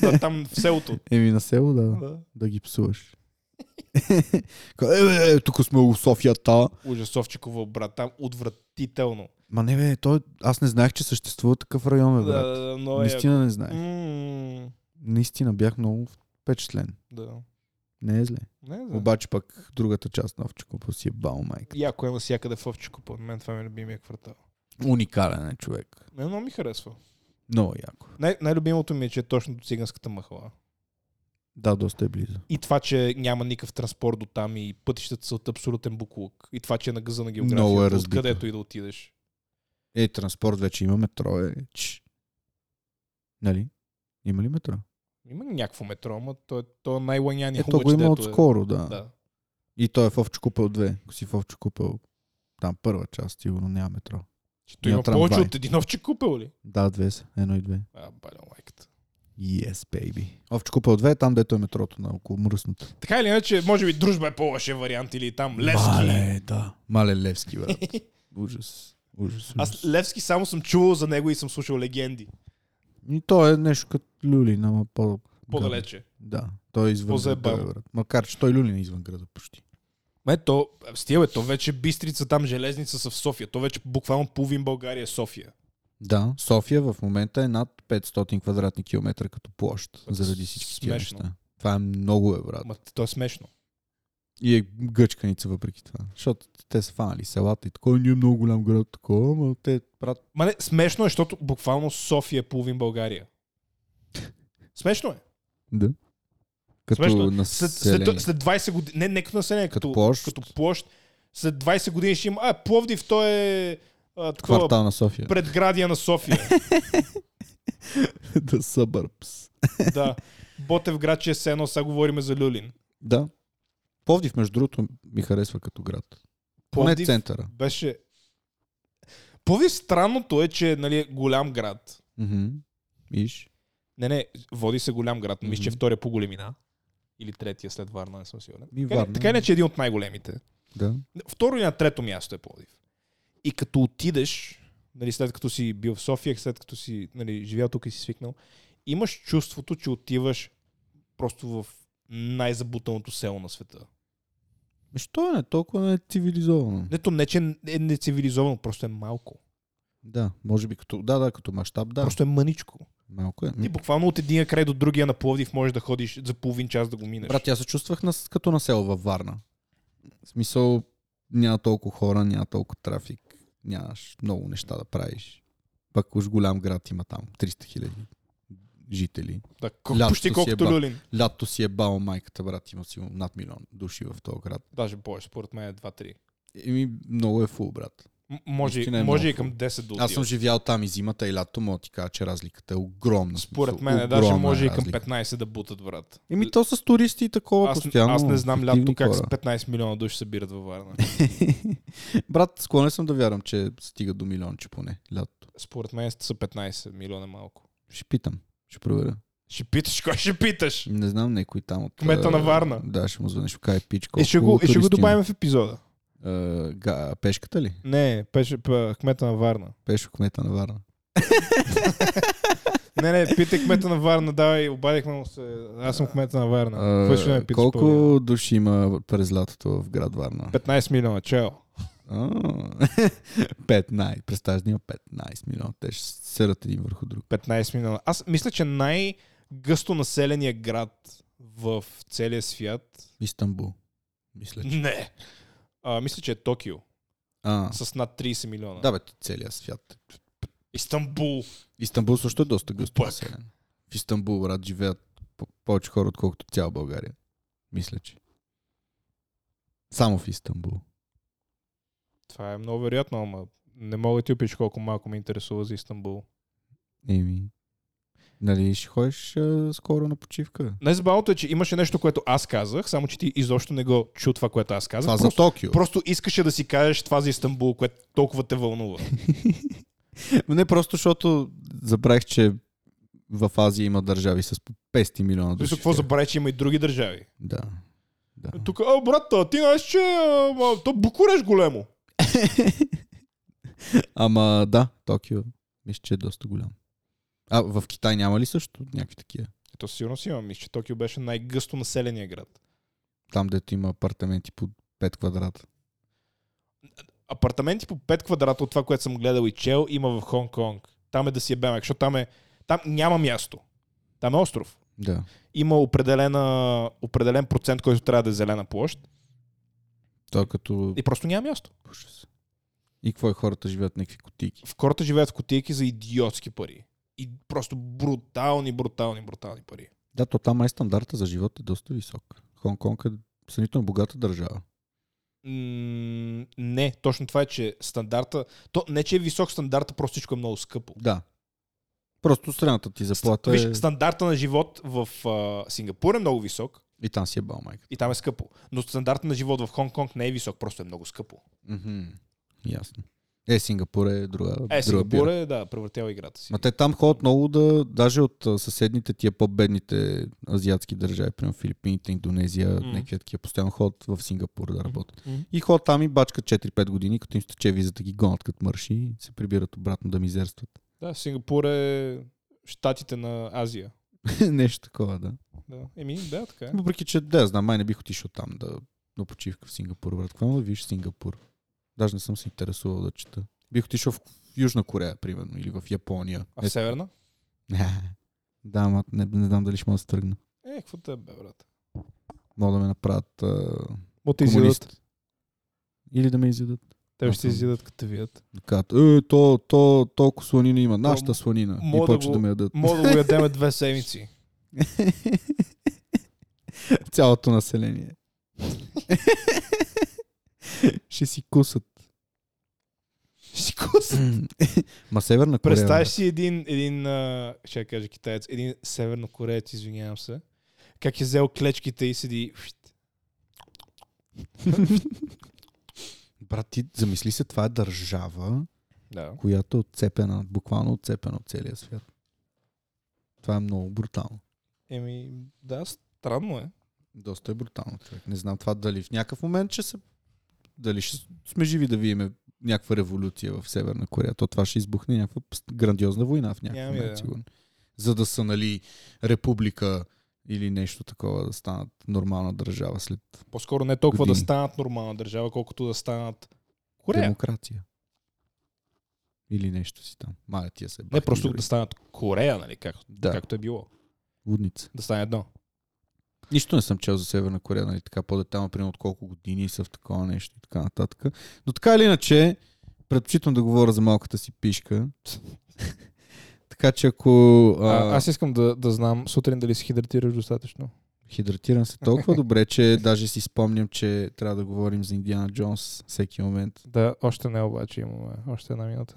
[SPEAKER 1] Да, там в селото.
[SPEAKER 2] Еми на село, <laughs> да,
[SPEAKER 1] да.
[SPEAKER 2] да ги псуваш. е, е, е, тук сме у Софията.
[SPEAKER 1] Ужасовчиково, брат, там отвратително.
[SPEAKER 2] Ма не бе, той... аз не знаех, че съществува такъв район, бе,
[SPEAKER 1] Да,
[SPEAKER 2] брат.
[SPEAKER 1] да, да, но е...
[SPEAKER 2] Наистина не знаех.
[SPEAKER 1] М,
[SPEAKER 2] Наистина бях много впечатлен.
[SPEAKER 1] Да.
[SPEAKER 2] Не е зле.
[SPEAKER 1] Не, да.
[SPEAKER 2] Обаче пък другата част на Овчо купа си е бал майка.
[SPEAKER 1] Яко е навсякъде в Овчико, по мен това ми е любимия квартал.
[SPEAKER 2] Уникален е човек.
[SPEAKER 1] Мен много ми харесва.
[SPEAKER 2] Много яко.
[SPEAKER 1] Най- най-любимото ми е, че е точно до циганската махала.
[SPEAKER 2] Да, доста е близо.
[SPEAKER 1] И това, че няма никакъв транспорт до там и пътищата са от абсолютен буклук. И това, че е на гъза на географията,
[SPEAKER 2] Много е
[SPEAKER 1] от
[SPEAKER 2] разбито.
[SPEAKER 1] където и да отидеш.
[SPEAKER 2] Е, транспорт вече има метро, е. Ч. Нали? Има ли метро?
[SPEAKER 1] Има някакво метро, ама то е, то е най-ланяния
[SPEAKER 2] Ето го има
[SPEAKER 1] дето
[SPEAKER 2] отскоро, да.
[SPEAKER 1] Е. Да.
[SPEAKER 2] И той е в Овчо купел 2. Ако си в Овчо купел, там първа част, сигурно няма метро.
[SPEAKER 1] Че той
[SPEAKER 2] Няма
[SPEAKER 1] има повече
[SPEAKER 2] трамвай.
[SPEAKER 1] от един овче купел ли?
[SPEAKER 2] Да, две са. Едно и две.
[SPEAKER 1] А, баля лайката.
[SPEAKER 2] Yes, baby. Овче купел 2 е там, дето е метрото на около мръсното.
[SPEAKER 1] Така или иначе, може би дружба е по-лошия вариант или там Левски.
[SPEAKER 2] Мале, да. Мале Левски, <laughs> брат. Ужас. Ужас,
[SPEAKER 1] Аз
[SPEAKER 2] ужас.
[SPEAKER 1] Левски само съм чувал за него и съм слушал легенди.
[SPEAKER 2] И той е нещо като Люлин, ама по...
[SPEAKER 1] По-далече.
[SPEAKER 2] Да, той е извън
[SPEAKER 1] По-заебал.
[SPEAKER 2] града, брат. Макар, че той Люлин е извън града почти.
[SPEAKER 1] Ме, то, стил е, то вече Бистрица, там Железница са в София. То вече буквално половин България е София.
[SPEAKER 2] Да, София в момента е над 500 квадратни километра като площ,
[SPEAKER 1] Пък
[SPEAKER 2] заради всички тия
[SPEAKER 1] смешно.
[SPEAKER 2] неща. Това е много е, брат.
[SPEAKER 1] Ма, то е смешно.
[SPEAKER 2] И е гъчканица въпреки това. Защото те са фанали селата и такова, ние е много голям град, такова, но те правят...
[SPEAKER 1] Ма не, смешно е, защото буквално София е половин България. Смешно е.
[SPEAKER 2] Да. Като
[SPEAKER 1] Смешно е. След,
[SPEAKER 2] население.
[SPEAKER 1] след, след 20 години, не, не като население,
[SPEAKER 2] Като
[SPEAKER 1] като,
[SPEAKER 2] площ.
[SPEAKER 1] като площ, след 20 години ще има, а, Пловдив, той е а, такова
[SPEAKER 2] Квартал на <laughs> София.
[SPEAKER 1] предградия на София.
[SPEAKER 2] <laughs> The suburbs.
[SPEAKER 1] да. Ботев град, че е все едно, сега говорим за Люлин.
[SPEAKER 2] Да. Пловдив, между другото, ми харесва като град. Поне
[SPEAKER 1] Пловдив
[SPEAKER 2] центъра.
[SPEAKER 1] беше... Пловдив странното е, че нали, е голям град.
[SPEAKER 2] Мгм. Виж.
[SPEAKER 1] Не, не, води се голям град, но мисля, че е
[SPEAKER 2] Мгм.
[SPEAKER 1] втория по големина. Или третия след Варна, не съм сигурен.
[SPEAKER 2] И
[SPEAKER 1] Така,
[SPEAKER 2] Варна.
[SPEAKER 1] така иначе е един от най-големите.
[SPEAKER 2] Да.
[SPEAKER 1] Второ и на трето място е Пловдив. И като отидеш, нали, след като си бил в София, след като си нали, живял тук и си свикнал, имаш чувството, че отиваш просто в най-забутаното село на света.
[SPEAKER 2] Що е не толкова не е цивилизовано?
[SPEAKER 1] Нето не, че е нецивилизовано, просто е малко.
[SPEAKER 2] Да, може би като... Да, да, като мащаб, да.
[SPEAKER 1] Да. Просто е мъничко.
[SPEAKER 2] Малко е.
[SPEAKER 1] Ти буквално от един край до другия на Пловдив можеш да ходиш за половин час да го минеш.
[SPEAKER 2] Брат, аз се чувствах на, като на село във Варна. В смисъл, няма толкова хора, няма толкова трафик, нямаш много неща да правиш. Пък уж голям град има там, 300 хиляди жители.
[SPEAKER 1] да,
[SPEAKER 2] лятото
[SPEAKER 1] кол- почти
[SPEAKER 2] си
[SPEAKER 1] колкото
[SPEAKER 2] е ба-
[SPEAKER 1] Люлин.
[SPEAKER 2] Лято си е бал майката, брат, има сигурно над милион души в този град.
[SPEAKER 1] Даже повече, според мен е 2-3.
[SPEAKER 2] Еми, много е фул, брат.
[SPEAKER 1] М- Може,
[SPEAKER 2] Наистина е
[SPEAKER 1] може и
[SPEAKER 2] много
[SPEAKER 1] към 10 до
[SPEAKER 2] Аз съм живял там и зимата, и лятото, мога да ти кажа, че разликата е огромна. в
[SPEAKER 1] Според
[SPEAKER 2] смисъл,
[SPEAKER 1] мен е, даже
[SPEAKER 2] огромна
[SPEAKER 1] може
[SPEAKER 2] е
[SPEAKER 1] и към
[SPEAKER 2] разликата.
[SPEAKER 1] 15 да бутат, брат.
[SPEAKER 2] Еми, то с туристи и такова
[SPEAKER 1] аз,
[SPEAKER 2] постоянно.
[SPEAKER 1] аз не знам
[SPEAKER 2] активни
[SPEAKER 1] лято как с
[SPEAKER 2] хора.
[SPEAKER 1] 15 милиона души събират във Варна.
[SPEAKER 2] <laughs> Брат, склонен съм да вярвам, че стига до милионче поне лятото.
[SPEAKER 1] Според мен са 15 милиона малко.
[SPEAKER 2] Ще питам. Ще проверя.
[SPEAKER 1] Ще питаш, кой ще питаш?
[SPEAKER 2] Не знам, някой там от...
[SPEAKER 1] Кмета на
[SPEAKER 2] е,
[SPEAKER 1] Варна.
[SPEAKER 2] Да, ще му звънеш, ще каже пичко.
[SPEAKER 1] И ще го, и ще го добавим в епизода.
[SPEAKER 2] га, пешката ли?
[SPEAKER 1] Не, пеше, п, кмета на Варна.
[SPEAKER 2] Пешо кмета на Варна.
[SPEAKER 1] Не, не, питай кмета на Варна, давай, обадихме му се. Аз съм кмета на Варна. Какво ще ме
[SPEAKER 2] А,
[SPEAKER 1] питаш? по-добре?
[SPEAKER 2] Колко души има през лятото в град Варна?
[SPEAKER 1] 15 милиона, чао.
[SPEAKER 2] А, <laughs> 15. Представяш да има 15 милиона. Те ще се серат един върху друг.
[SPEAKER 1] 15 милиона. Аз мисля, че най-гъсто населения град в целия свят.
[SPEAKER 2] Истанбул. Мисля, че.
[SPEAKER 1] Не. А, мисля, че е Токио.
[SPEAKER 2] Значи- А,
[SPEAKER 1] С над 30 милиона.
[SPEAKER 2] да бе, е целият свят.
[SPEAKER 1] Истанбул.
[SPEAKER 2] Истанбул също е доста гъсто
[SPEAKER 1] Пак.
[SPEAKER 2] населен. В Истанбул, брат, живеят по- повече хора, отколкото цяла България. Мисля, че. Само в Истанбул.
[SPEAKER 1] Това е много вероятно, ама не мога да ти опиша колко малко ме интересува за Истанбул.
[SPEAKER 2] Еми. Нали ще ходиш а, скоро на почивка?
[SPEAKER 1] Най-забавното е, че имаше нещо, което аз казах, само че ти изобщо не го чу това, което аз казах.
[SPEAKER 2] Това за
[SPEAKER 1] просто,
[SPEAKER 2] Токио.
[SPEAKER 1] просто искаше да си кажеш това за Истанбул, което толкова те
[SPEAKER 2] <laughs>
[SPEAKER 1] вълнува.
[SPEAKER 2] Ма Не просто, защото забравих, че в Азия има държави с по 500 милиона души.
[SPEAKER 1] Мисля,
[SPEAKER 2] в
[SPEAKER 1] какво
[SPEAKER 2] тях.
[SPEAKER 1] забрави, че има и други държави.
[SPEAKER 2] Да. да.
[SPEAKER 1] Тук, а, брат, а, ти знаеш, че а, а, то Букуреш големо.
[SPEAKER 2] Ама да, Токио мисля, че е доста голям. А в Китай няма ли също някакви такива?
[SPEAKER 1] Ето Е, сигурно си имам. Мисля, че Токио беше най-гъсто населения град.
[SPEAKER 2] Там, дето има апартаменти по 5 квадрата.
[SPEAKER 1] Апартаменти по 5 квадрата от това, което съм гледал и чел, има в Хонг-Конг. Там е да си ебеме, защото там е... Там няма място. Там е остров.
[SPEAKER 2] Да.
[SPEAKER 1] има определена, определен процент, който трябва да е зелена площ
[SPEAKER 2] Той е като...
[SPEAKER 1] и просто няма място.
[SPEAKER 2] Ужас. И какво е хората живеят в някакви котики?
[SPEAKER 1] В хората живеят в котийки за идиотски пари. И просто брутални, брутални, брутални пари.
[SPEAKER 2] Да, то там май стандарта за живот е доста висок. Хонг-Конг е съмнително богата държава.
[SPEAKER 1] М- не, точно това е, че стандарта... То не, че е висок стандарта, просто всичко е много скъпо.
[SPEAKER 2] Да. Просто средната ти заплата е...
[SPEAKER 1] Виж, стандарта на живот в а, Сингапур е много висок
[SPEAKER 2] И там си е бал майка.
[SPEAKER 1] и там е скъпо. Но стандарта на живот в Хонг-Конг не е висок, просто е много скъпо.
[SPEAKER 2] Мгм. Ясно. Е, Сингапур е друга.
[SPEAKER 1] Е,
[SPEAKER 2] друга
[SPEAKER 1] Сингапур
[SPEAKER 2] бира.
[SPEAKER 1] е, да, превъртява играта си.
[SPEAKER 2] Ма те там ходят много да, даже от а, съседните тия по-бедните азиатски държави, примерно Филипините, Индонезия,
[SPEAKER 1] Мгм.
[SPEAKER 2] mm. някакви такива, постоянно ходят в Сингапур да работят.
[SPEAKER 1] Мгм.
[SPEAKER 2] Mm. И ходят там и бачкат 4-5 години, като им стече визата, ги гонят като мърши и се прибират обратно да мизерстват. <laughs>
[SPEAKER 1] Да, Сингапур е щатите на Азия.
[SPEAKER 2] Нещо такова, да.
[SPEAKER 1] Да. Еми, да, така е.
[SPEAKER 2] Въпреки, че да, знам, май не бих отишъл там да, на почивка в Сингапур, брат. Какво да виж Сингапур? Даже не съм се интересувал да чета. Бих отишъл в Южна Корея, примерно, или в Япония. Е,
[SPEAKER 1] А в Северна?
[SPEAKER 2] <laughs> да, ама не, не знам дали ще мога да се тръгна.
[SPEAKER 1] Е, какво те бе, брат?
[SPEAKER 2] Мога да ме направят а,
[SPEAKER 1] Му те изядат.
[SPEAKER 2] комунист. Или да ме изядат.
[SPEAKER 1] Те ще се изядат, като те видят.
[SPEAKER 2] Да Кажат, е, то, то, толкова сланина има, нашата
[SPEAKER 1] м-
[SPEAKER 2] сланина.
[SPEAKER 1] мога да
[SPEAKER 2] И почва
[SPEAKER 1] го-
[SPEAKER 2] да ме ядат.
[SPEAKER 1] Мога да го ядеме две <laughs> седмици.
[SPEAKER 2] <laughs> Цялото население. ще си кусат. Ма Северна Корея.
[SPEAKER 1] Представяш си един, един а, ще я кажа китаец, един севернокореец, извинявам се, как е взел клечките и седи... «Фшт».
[SPEAKER 2] <laughs> Брат, ти замисли се, това е държава,
[SPEAKER 1] Да.
[SPEAKER 2] която е отцепена, буквално отцепена от целия свят. Това е много брутално.
[SPEAKER 1] Еми, да, странно е.
[SPEAKER 2] Доста е брутално, човек. Не знам това дали в някакъв момент ще се... Дали ще сме живи да видим някаква революция в Северна Корея. То това ще избухне някаква пс- грандиозна война в някакъв
[SPEAKER 1] Нямам
[SPEAKER 2] момент,
[SPEAKER 1] идея.
[SPEAKER 2] сигурно. За да са, нали, република или нещо такова, да станат нормална държава след
[SPEAKER 1] По-скоро не толкова
[SPEAKER 2] Години.
[SPEAKER 1] да станат нормална държава, колкото да станат Корея.
[SPEAKER 2] демокрация. Или нещо си там. Мая тия се
[SPEAKER 1] Не
[SPEAKER 2] бахти
[SPEAKER 1] просто
[SPEAKER 2] дори.
[SPEAKER 1] да станат Корея, нали, как,
[SPEAKER 2] Да,
[SPEAKER 1] както е било.
[SPEAKER 2] лудница.
[SPEAKER 1] Да стане едно.
[SPEAKER 2] Нищо не съм чел за Северна Корея, нали така по-детално, примерно от колко години са в такова нещо и така нататък. Но така или иначе, предпочитам да говоря за малката си пишка. <laughs> така че ако а,
[SPEAKER 1] А, аз искам да, да знам сутрин дали си хидратираш достатъчно.
[SPEAKER 2] хидратирам
[SPEAKER 1] <laughs>
[SPEAKER 2] се толкова добре, че даже си спомням, че трябва да говорим за Индиана Джонс всеки момент.
[SPEAKER 1] Да, още не обаче имаме. Още една <laughs> минута.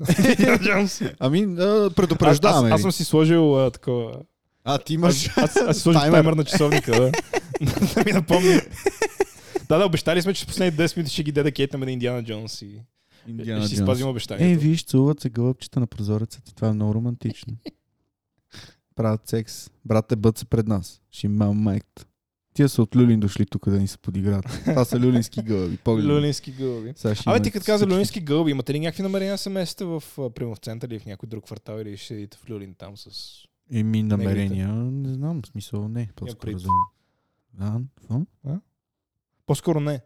[SPEAKER 2] Ами, да, предупреждаваме.
[SPEAKER 1] Аз, аз,
[SPEAKER 2] ви.
[SPEAKER 1] аз съм си сложил а, такова.
[SPEAKER 2] А, ти имаш...
[SPEAKER 1] Аз, аз си сложих
[SPEAKER 2] Таймер.
[SPEAKER 1] таймер на часовника, да. <laughs> да ми напомня. Да, да, обещали сме, че в последните 10 минути ще ги дедикейтаме на Индиана Джонс и
[SPEAKER 2] Индиана
[SPEAKER 1] ще си
[SPEAKER 2] Джонс.
[SPEAKER 1] спазим
[SPEAKER 2] Е,
[SPEAKER 1] обещанието.
[SPEAKER 2] виж, целуват се гълъбчета на прозореца ти. Това е много романтично. <laughs> Правят секс. Брат е бът се пред нас. Ще им мам майката. Тия са от Люлин дошли тук да ни се подиграят. Това са люлински гълъби. Погледни.
[SPEAKER 1] Люлински гълби.
[SPEAKER 2] Сега ще
[SPEAKER 1] Абе,
[SPEAKER 2] имат
[SPEAKER 1] Ами ти като каза
[SPEAKER 2] всички.
[SPEAKER 1] люлински гълби, имате ли някакви намерения да се местите в, а, примерно в център или в някой друг квартал или ще седите в Люлин там с
[SPEAKER 2] Еми Е, намерения, не знам, в смисъл не. По-скоро
[SPEAKER 1] предвид.
[SPEAKER 2] за... Да, какво?
[SPEAKER 1] По-скоро не.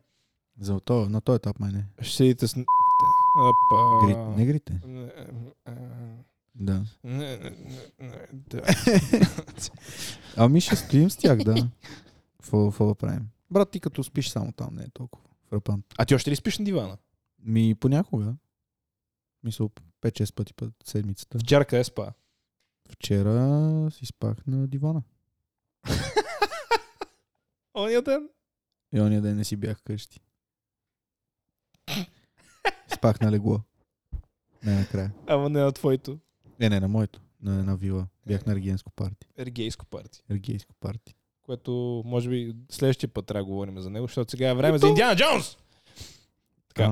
[SPEAKER 2] За това, на този етап май не.
[SPEAKER 1] Ще седите с...
[SPEAKER 2] Гри... Негрите? Да. Ами ще стоим с тях, <laughs> да. Какво какво да правим? Брат, ти като спиш само там, не е толкова. Фрапант.
[SPEAKER 1] А ти още ли спиш на дивана?
[SPEAKER 2] Ми понякога. Мисъл, 5-6 пъти път седмицата.
[SPEAKER 1] Вчера къде е <laughs> спа?
[SPEAKER 2] Вчера си спах на дивана.
[SPEAKER 1] Ония ден?
[SPEAKER 2] И ония ден не си бях къщи. Спах на легло. Не накрая.
[SPEAKER 1] Ама не на твоето.
[SPEAKER 2] Не, не, на моето. На една вила. Бях на ергенско парти.
[SPEAKER 1] Ергейско парти.
[SPEAKER 2] Ергейско парти.
[SPEAKER 1] Което, може би, следващия път трябва да говорим за него, защото сега е време
[SPEAKER 2] И
[SPEAKER 1] за
[SPEAKER 2] то-
[SPEAKER 1] Индиана Джонс! Така.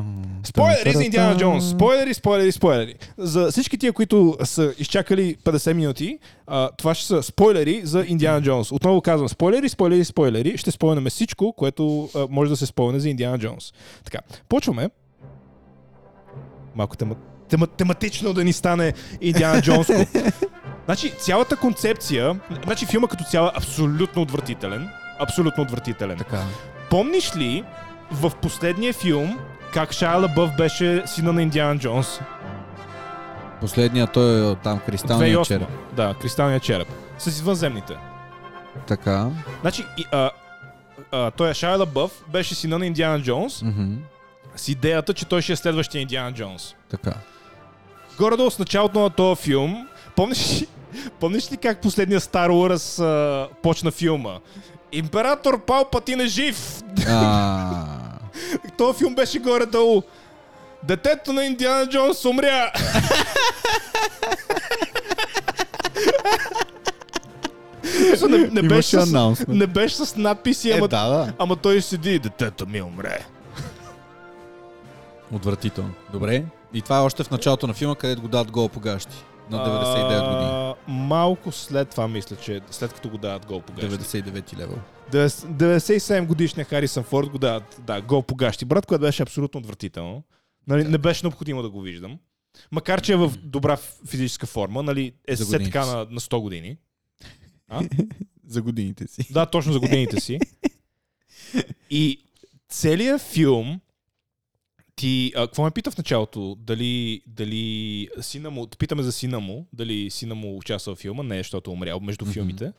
[SPEAKER 2] А,
[SPEAKER 1] Спойлери за Индиана
[SPEAKER 2] та-та-та.
[SPEAKER 1] Джонс. Спойлери, спойлери, спойлери. За всички тия, които са изчакали 50 минути, а, това ще са спойлери за Индиана Джонс. Отново казвам, спойлери, спойлери, спойлери. Ще спомняме всичко, което а, може да се спомня за Индиана Джонс. Така, почваме. Малко тема, тема, тематично да ни стане Индиана Джонско. Значи, цялата концепция, значи филма като цяло е абсолютно отвратителен. Абсолютно отвратителен.
[SPEAKER 2] Така.
[SPEAKER 1] Помниш ли в последния филм как Шайа Лабъв беше сина на Индиана Джонс?
[SPEAKER 2] Последният той е там кристалния
[SPEAKER 1] 2008.
[SPEAKER 2] череп.
[SPEAKER 1] Да, Кристалния череп. С извънземните.
[SPEAKER 2] Така.
[SPEAKER 1] Значи, и, а, а, той е Шайа Лабъв, беше сина на Индиана Джонс
[SPEAKER 2] Мгм.
[SPEAKER 1] с идеята, че той ще е следващия Индиана Джонс.
[SPEAKER 2] Така.
[SPEAKER 1] <laughs> Горе-долу с началото на този филм, помниш ли, <laughs> помниш ли как последния Стар Уърс а, почна филма? Император Палпатин е жив!
[SPEAKER 2] А,
[SPEAKER 1] Този филм беше горе-долу. Детето на Индиана Джонс умря! Мисля, не, не, беше
[SPEAKER 2] Имаше
[SPEAKER 1] с,
[SPEAKER 2] анонсмент.
[SPEAKER 1] не беше с надписи,
[SPEAKER 2] Е,
[SPEAKER 1] ама,
[SPEAKER 2] да, да.
[SPEAKER 1] ама той седи и детето ми умре.
[SPEAKER 2] Отвратително. Добре. И това е още в началото на филма, където го дадат гол по гащи. На 99 години.
[SPEAKER 1] А, малко след това мисля, че след като го дават гол по гащи.
[SPEAKER 2] 99 лева.
[SPEAKER 1] 97 годишния Харисън Форд го дават да, гол по гащи. Брат, което беше абсолютно отвратително. Нали, не беше необходимо да го виждам. Макар, че е в добра физическа форма, нали, е
[SPEAKER 2] За
[SPEAKER 1] все
[SPEAKER 2] годините
[SPEAKER 1] така
[SPEAKER 2] си.
[SPEAKER 1] на, на 100 години.
[SPEAKER 2] За годините си.
[SPEAKER 1] Да, точно за годините си. И целият филм ти... А, какво ме пита в началото? Дали, дали сина му... Питаме за сина му. Дали сина му участва в филма. Не, защото е умрял между филмите.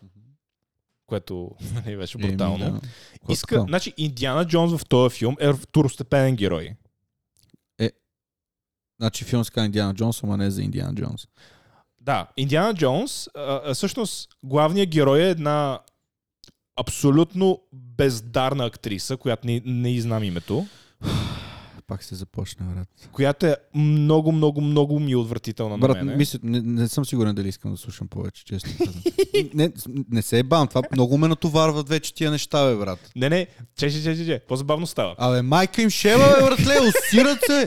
[SPEAKER 1] Което <laughs> нали, беше
[SPEAKER 2] Еми,
[SPEAKER 1] брутално.
[SPEAKER 2] да. Какво е
[SPEAKER 1] Иска,
[SPEAKER 2] така?
[SPEAKER 1] значи Индиана Джонс в този филм е второстепенен герой.
[SPEAKER 2] Значи филм ска Индиана Джонс, ама не за Индиана Джонс.
[SPEAKER 1] Да, Индиана Джонс, а, а, всъщност главният герой е една абсолютно бездарна актриса, която не, не и знам името,
[SPEAKER 2] Пак се започна, брат.
[SPEAKER 1] която е много, много, много ми е отвратителна
[SPEAKER 2] Брат,
[SPEAKER 1] на мене.
[SPEAKER 2] мисля, не, не, съм сигурен дали искам да слушам повече, честно казвам. <laughs> не, не се е бам, това много ме натоварват вече тия неща, бе, брат.
[SPEAKER 1] Не, не, че, че, че, че, че, по-забавно става.
[SPEAKER 2] Абе, майка им шева, бе, братле, усират се.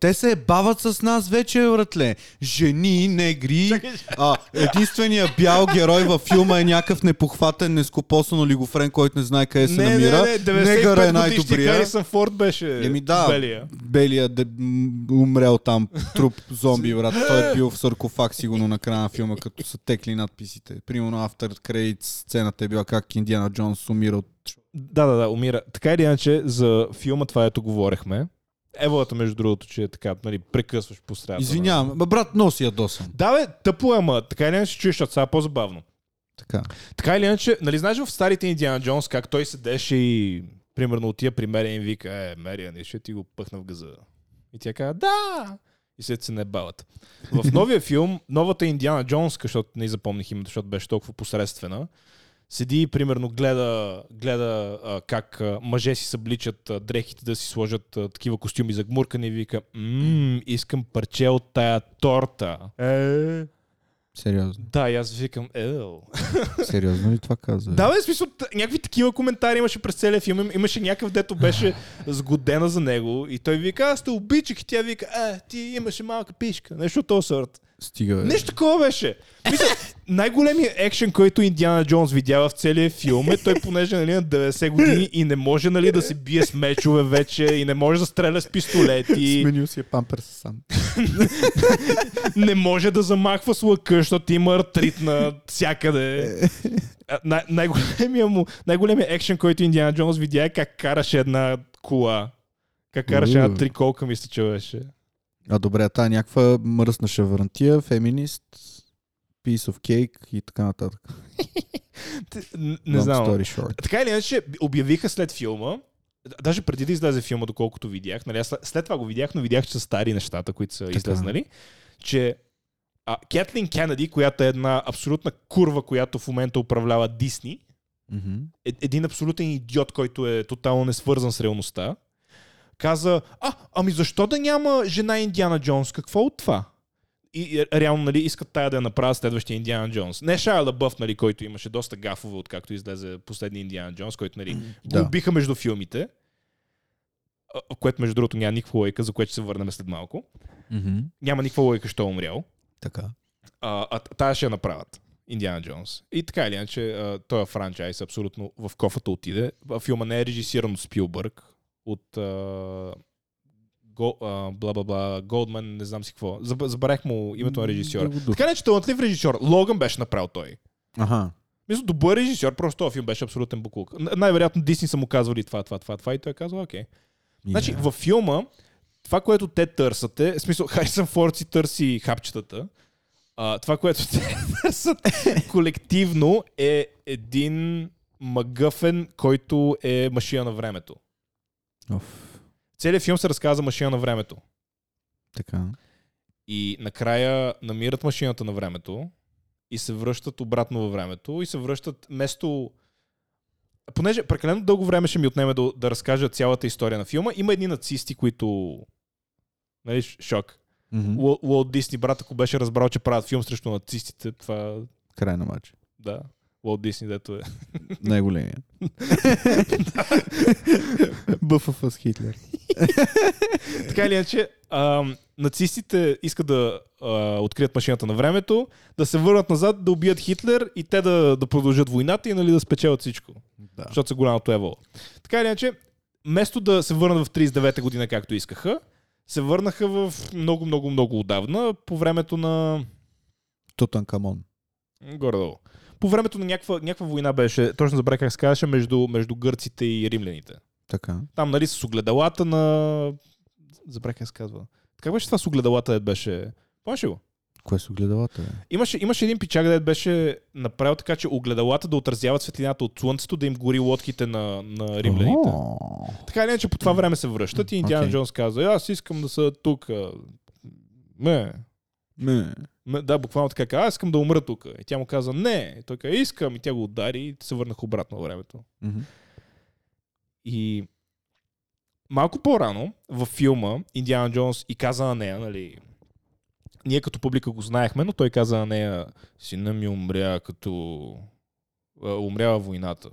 [SPEAKER 2] Те се бават с нас вече, бе, братле. Жени, негри. А, единственият бял герой във филма е някакъв непохватен, нескопосан олигофрен, който не знае къде е, се
[SPEAKER 1] не,
[SPEAKER 2] намира.
[SPEAKER 1] не, не, 95
[SPEAKER 2] Негъра е
[SPEAKER 1] е годишни
[SPEAKER 2] най-добрия.
[SPEAKER 1] Харисън Форд беше
[SPEAKER 2] Еми да,
[SPEAKER 1] белия.
[SPEAKER 2] белия де, м, умрял там, труп зомби, брат.
[SPEAKER 1] <laughs>
[SPEAKER 2] Той е бил в саркофаг сигурно на края на филма, като са текли надписите. Примерно After Credits сцената е била как Индиана Джонс умира от...
[SPEAKER 1] Да, да, да, умира. Така или иначе, за филма това, ето говорехме. Еволата, между другото, че е така, нали, прекъсваш по средата.
[SPEAKER 2] Извинявам, ма, брат, много си ядосан.
[SPEAKER 1] Да, бе, тъпо е, ама така или иначе чуеш, защото сега е по-забавно.
[SPEAKER 2] Така.
[SPEAKER 1] Така или иначе, нали знаеш в старите Индиана Джонс как той седеше и примерно от тия при Мериан вика, е, Мериан, ще ти го пъхна в газа. И тя казва, да! И след се не бават. В новия филм, новата Индиана Джонс, защото не й запомних името, защото беше толкова посредствена, седи и примерно гледа, гледа а, как а, мъже си събличат а, дрехите да си сложат а, такива костюми за гмуркане и вика, мм, искам парче от тая торта. Е...
[SPEAKER 2] Сериозно.
[SPEAKER 1] Да, и аз викам, ел.
[SPEAKER 2] Сериозно ли това казва?
[SPEAKER 1] <laughs> Да, бе, в смисъл, т- някакви такива коментари имаше през целия филм. Им- Имаше някакъв, дето <laughs> беше сгодена за него и той вика, аз те обичах и тя вика, е, ти имаше малка пишка, нещо от този сорт.
[SPEAKER 2] Стига,
[SPEAKER 1] <laughs>
[SPEAKER 2] бе.
[SPEAKER 1] Нещо такова беше. Мисля, най-големият екшен, който Индиана Джонс видява в целия филм е той, понеже нали, е на 90 години и не може нали, да се бие с мечове вече и не може да стреля с пистолети,
[SPEAKER 2] Сменил си е памперс сам.
[SPEAKER 1] не може да замахва с лъка, защото има артрит на всякъде. А, Е, Най- най-големия, му, най-големия екшен, който Индиана Джонс видя е как караше една кола. Как караше една
[SPEAKER 2] Уу.
[SPEAKER 1] триколка, мисля, че беше.
[SPEAKER 2] А добре, а тая някаква мръсна шаврантия, феминист, piece of cake и така нататък.
[SPEAKER 1] Н-
[SPEAKER 2] Long
[SPEAKER 1] Не знам.
[SPEAKER 2] Story short.
[SPEAKER 1] Така или иначе, обявиха след филма, д- даже преди да излезе филма, доколкото видях, нали, аз след- след това го видях, но видях, че са стари нещата, които са излезнали, че а, Кетлин Кеннеди, която е една абсолютна курва, която в момента управлява Дисни,
[SPEAKER 2] Мгм.
[SPEAKER 1] е, един абсолютен идиот, който е тотално несвързан с реалността, каза, а, ами защо да няма жена Индиана Джонс? Какво от това? И, и реално, нали, искат тая да я направят следващия Индиана Джонс. Не Шайла Бъв, нали, който имаше доста гафове, откакто излезе последния Индиана Джонс, който, нали,
[SPEAKER 2] Да.
[SPEAKER 1] го убиха между филмите. А, Което, между другото, няма никаква логика, за което ще се върнем след малко.
[SPEAKER 2] Мгм.
[SPEAKER 1] Няма никаква логика, що е умрял.
[SPEAKER 2] Така.
[SPEAKER 1] А, а тая ще я направят. Индиана Джонс. И така или иначе, а, този франчайз абсолютно в кофата отиде. А, Филма не е режисиран от Спилбърг, от а, Го- а, бла-бла-бла, Голдман, не знам си какво. Заб- Забравих му името на режисьора.
[SPEAKER 2] Друго дух.
[SPEAKER 1] Така не, че талантлив е режисьор. Логан беше направил той.
[SPEAKER 2] Аха.
[SPEAKER 1] Мисля, добър режисьор, просто този филм беше абсолютен буклук. Н- Най-вероятно Дисни са му казвали това, това, това, това и той е казал, окей. Значи,
[SPEAKER 2] Yeah.
[SPEAKER 1] във филма, това, което те търсят е, в смисъл, Харисън Форд си търси хапчетата, а, това, което те <laughs> търсят колективно е един магъфен, който е машина на времето.
[SPEAKER 2] Оф.
[SPEAKER 1] Целият филм се разказва за машина на времето.
[SPEAKER 2] Така.
[SPEAKER 1] И накрая намират машината на времето и се връщат обратно във времето и се връщат вместо... Понеже прекалено дълго време ще ми отнеме да, да разкажа цялата история на филма, има едни нацисти, които... Нали, ш- шок.
[SPEAKER 2] Мгм.
[SPEAKER 1] Уол- Уолт Дисни, брат, ако беше разбрал, че правят филм срещу нацистите, това...
[SPEAKER 2] Край на матча.
[SPEAKER 1] Да. Уолт Дисни, дето е.
[SPEAKER 2] Най-големия. БФФ с Хитлер.
[SPEAKER 1] <laughs> така или иначе, ам, нацистите искат да а, открият машината на времето, да се върнат назад, да убият Хитлер и те да, да продължат войната и нали, да спечелят всичко.
[SPEAKER 2] Да.
[SPEAKER 1] Защото са голямото еволо. Така или иначе, вместо да се върнат в 39-та година, както искаха, се върнаха в много, много, много отдавна, по времето на...
[SPEAKER 2] Тутанкамон.
[SPEAKER 1] Горе-долу. По времето на някаква, някаква война беше, точно забравя как се казваше, между, между гърците и римляните.
[SPEAKER 2] Така.
[SPEAKER 1] Там, нали, с огледалата на... Забравя как се казва. Как беше това с огледалата, дед беше... Помниш ли го?
[SPEAKER 2] Кое са огледалата? бе?
[SPEAKER 1] Имаше, имаше един пичак, дед беше направил така, че огледалата да отразяват светлината от слънцето, да им гори лодките на, на римляните.
[SPEAKER 2] О,
[SPEAKER 1] Така или иначе по това време се връщат и Индиана
[SPEAKER 2] Окей.
[SPEAKER 1] Джонс казва, «Е, аз искам да са тук. а, Не.
[SPEAKER 2] Не.
[SPEAKER 1] не. Да, буквално така каза, аз искам да умра тук. И тя му каза, не. И Той каза, искам. И тя го удари и се върнах обратно във времето.
[SPEAKER 2] Мгм.
[SPEAKER 1] И малко по-рано във филма Индиана Джонс и каза на нея, нали, ние като публика го знаехме, но той каза на нея, сина ми умря като а, умря във войната.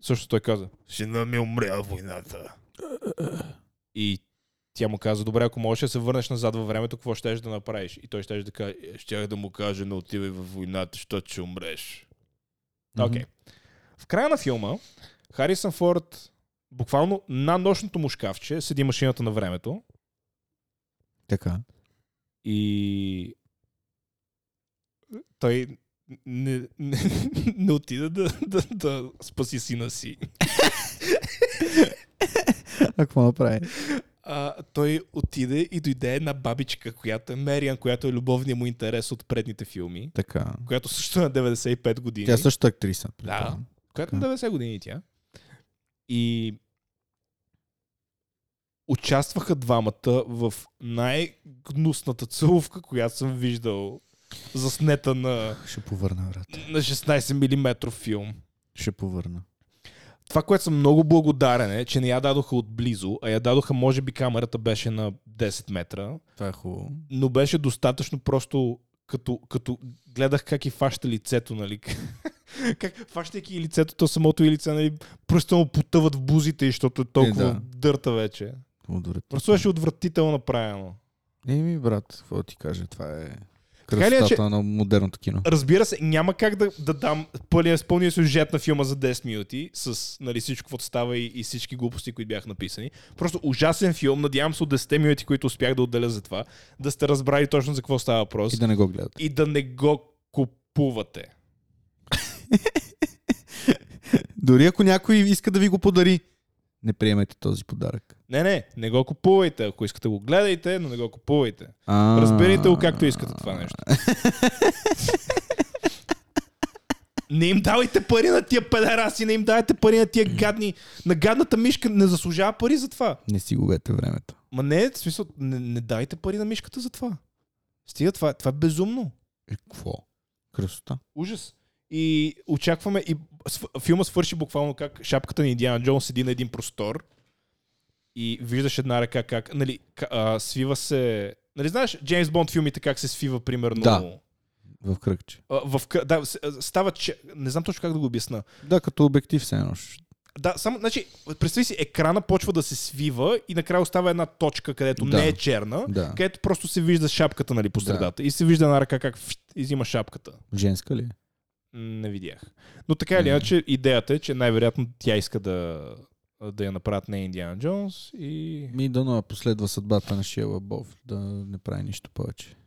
[SPEAKER 1] Също той каза, сина ми умря във войната. И тя му каза, добре, ако можеш да се върнеш назад във времето, какво щеш да направиш? И той щеше да каже, щях да му кажа, не отивай във войната, защото ще умреш.
[SPEAKER 2] Мгм.
[SPEAKER 1] Окей. Okay. В края на филма Харисън Форд буквално на нощното му шкафче седи машината на времето
[SPEAKER 2] Така.
[SPEAKER 1] и той не, не, не отида да, да, да спаси сина си.
[SPEAKER 2] А <laughs> какво направи?
[SPEAKER 1] А, той отиде и дойде една бабичка, която е Мериан, която е любовният му интерес от предните филми,
[SPEAKER 2] Така.
[SPEAKER 1] която също е на 95 години.
[SPEAKER 2] Тя е също актриса. предполагам.
[SPEAKER 1] Която на 90 години и тя. И участваха двамата в най-гнусната целувка, която съм виждал заснета на,
[SPEAKER 2] Ще повърна, брат.
[SPEAKER 1] на 16 мм филм.
[SPEAKER 2] Ще повърна.
[SPEAKER 1] Това, което съм много благодарен е, че не я дадоха отблизо, а я дадоха, може би камерата беше на 10 метра,
[SPEAKER 2] Това е хубаво.
[SPEAKER 1] но беше достатъчно просто като, като гледах как и фаща лицето, нали? <laughs> как фащайки и лицето, то самото и лице, нали? Просто му потъват в бузите, и защото е толкова
[SPEAKER 2] Е, да.
[SPEAKER 1] дърта вече. е- Просто беше отвратително направено.
[SPEAKER 2] Еми, брат, какво ти кажа, това е...
[SPEAKER 1] Така ли е,
[SPEAKER 2] красотата на модерното кино.
[SPEAKER 1] Разбира се, няма как да, да дам пълния, пълния сюжет на филма за 10 минути с нали, всичко, което става и, и всички глупости, които бяха написани. Просто ужасен филм. Надявам се от 10 минути, които успях да отделя за това, да сте разбрали точно за какво става въпрос
[SPEAKER 2] И
[SPEAKER 1] и да,
[SPEAKER 2] да не го гледате.
[SPEAKER 1] и да не го купувате.
[SPEAKER 2] Дори ако някой иска да ви го подари, не приемайте този подарък.
[SPEAKER 1] Не, не, не го купувайте. Ако искате го гледайте, но не го купувайте.
[SPEAKER 2] А,
[SPEAKER 1] Разбирайте го както искате това нещо. Не им давайте пари на тия педераси, не им давайте пари на тия гадни. На гадната мишка не заслужава пари за това.
[SPEAKER 2] Не си губете времето.
[SPEAKER 1] Ма не, в смисъл, не, не дайте пари на мишката за това. Стига това, това е безумно.
[SPEAKER 2] Е, какво? Красота.
[SPEAKER 1] Ужас. И очакваме, и св- филма свърши буквално как шапката на Индиана Джонс седи на един простор и виждаш една ръка как, нали, к- а, свива се... Нали знаеш, Джеймс Бонд филмите как се свива, примерно...
[SPEAKER 2] Да. В кръгче.
[SPEAKER 1] А, в, къ- да, с- а, става, че... Не знам точно как да го обясна.
[SPEAKER 2] Да, като обектив все едно.
[SPEAKER 1] Да, само, значи, представи си, екрана почва да се свива и накрая остава една точка, където
[SPEAKER 2] Да.
[SPEAKER 1] не е черна,
[SPEAKER 2] Да.
[SPEAKER 1] където просто се вижда шапката, нали, по
[SPEAKER 2] Да.
[SPEAKER 1] средата. И се вижда една ръка как фшт, изима шапката.
[SPEAKER 2] Женска ли? е?
[SPEAKER 1] М, Не видях. Но така или иначе, идеята е, че най-вероятно тя иска да, да я направят не Индиана Джонс и...
[SPEAKER 2] Ми дано я последва съдбата на Шия Лабов да не прави нищо повече.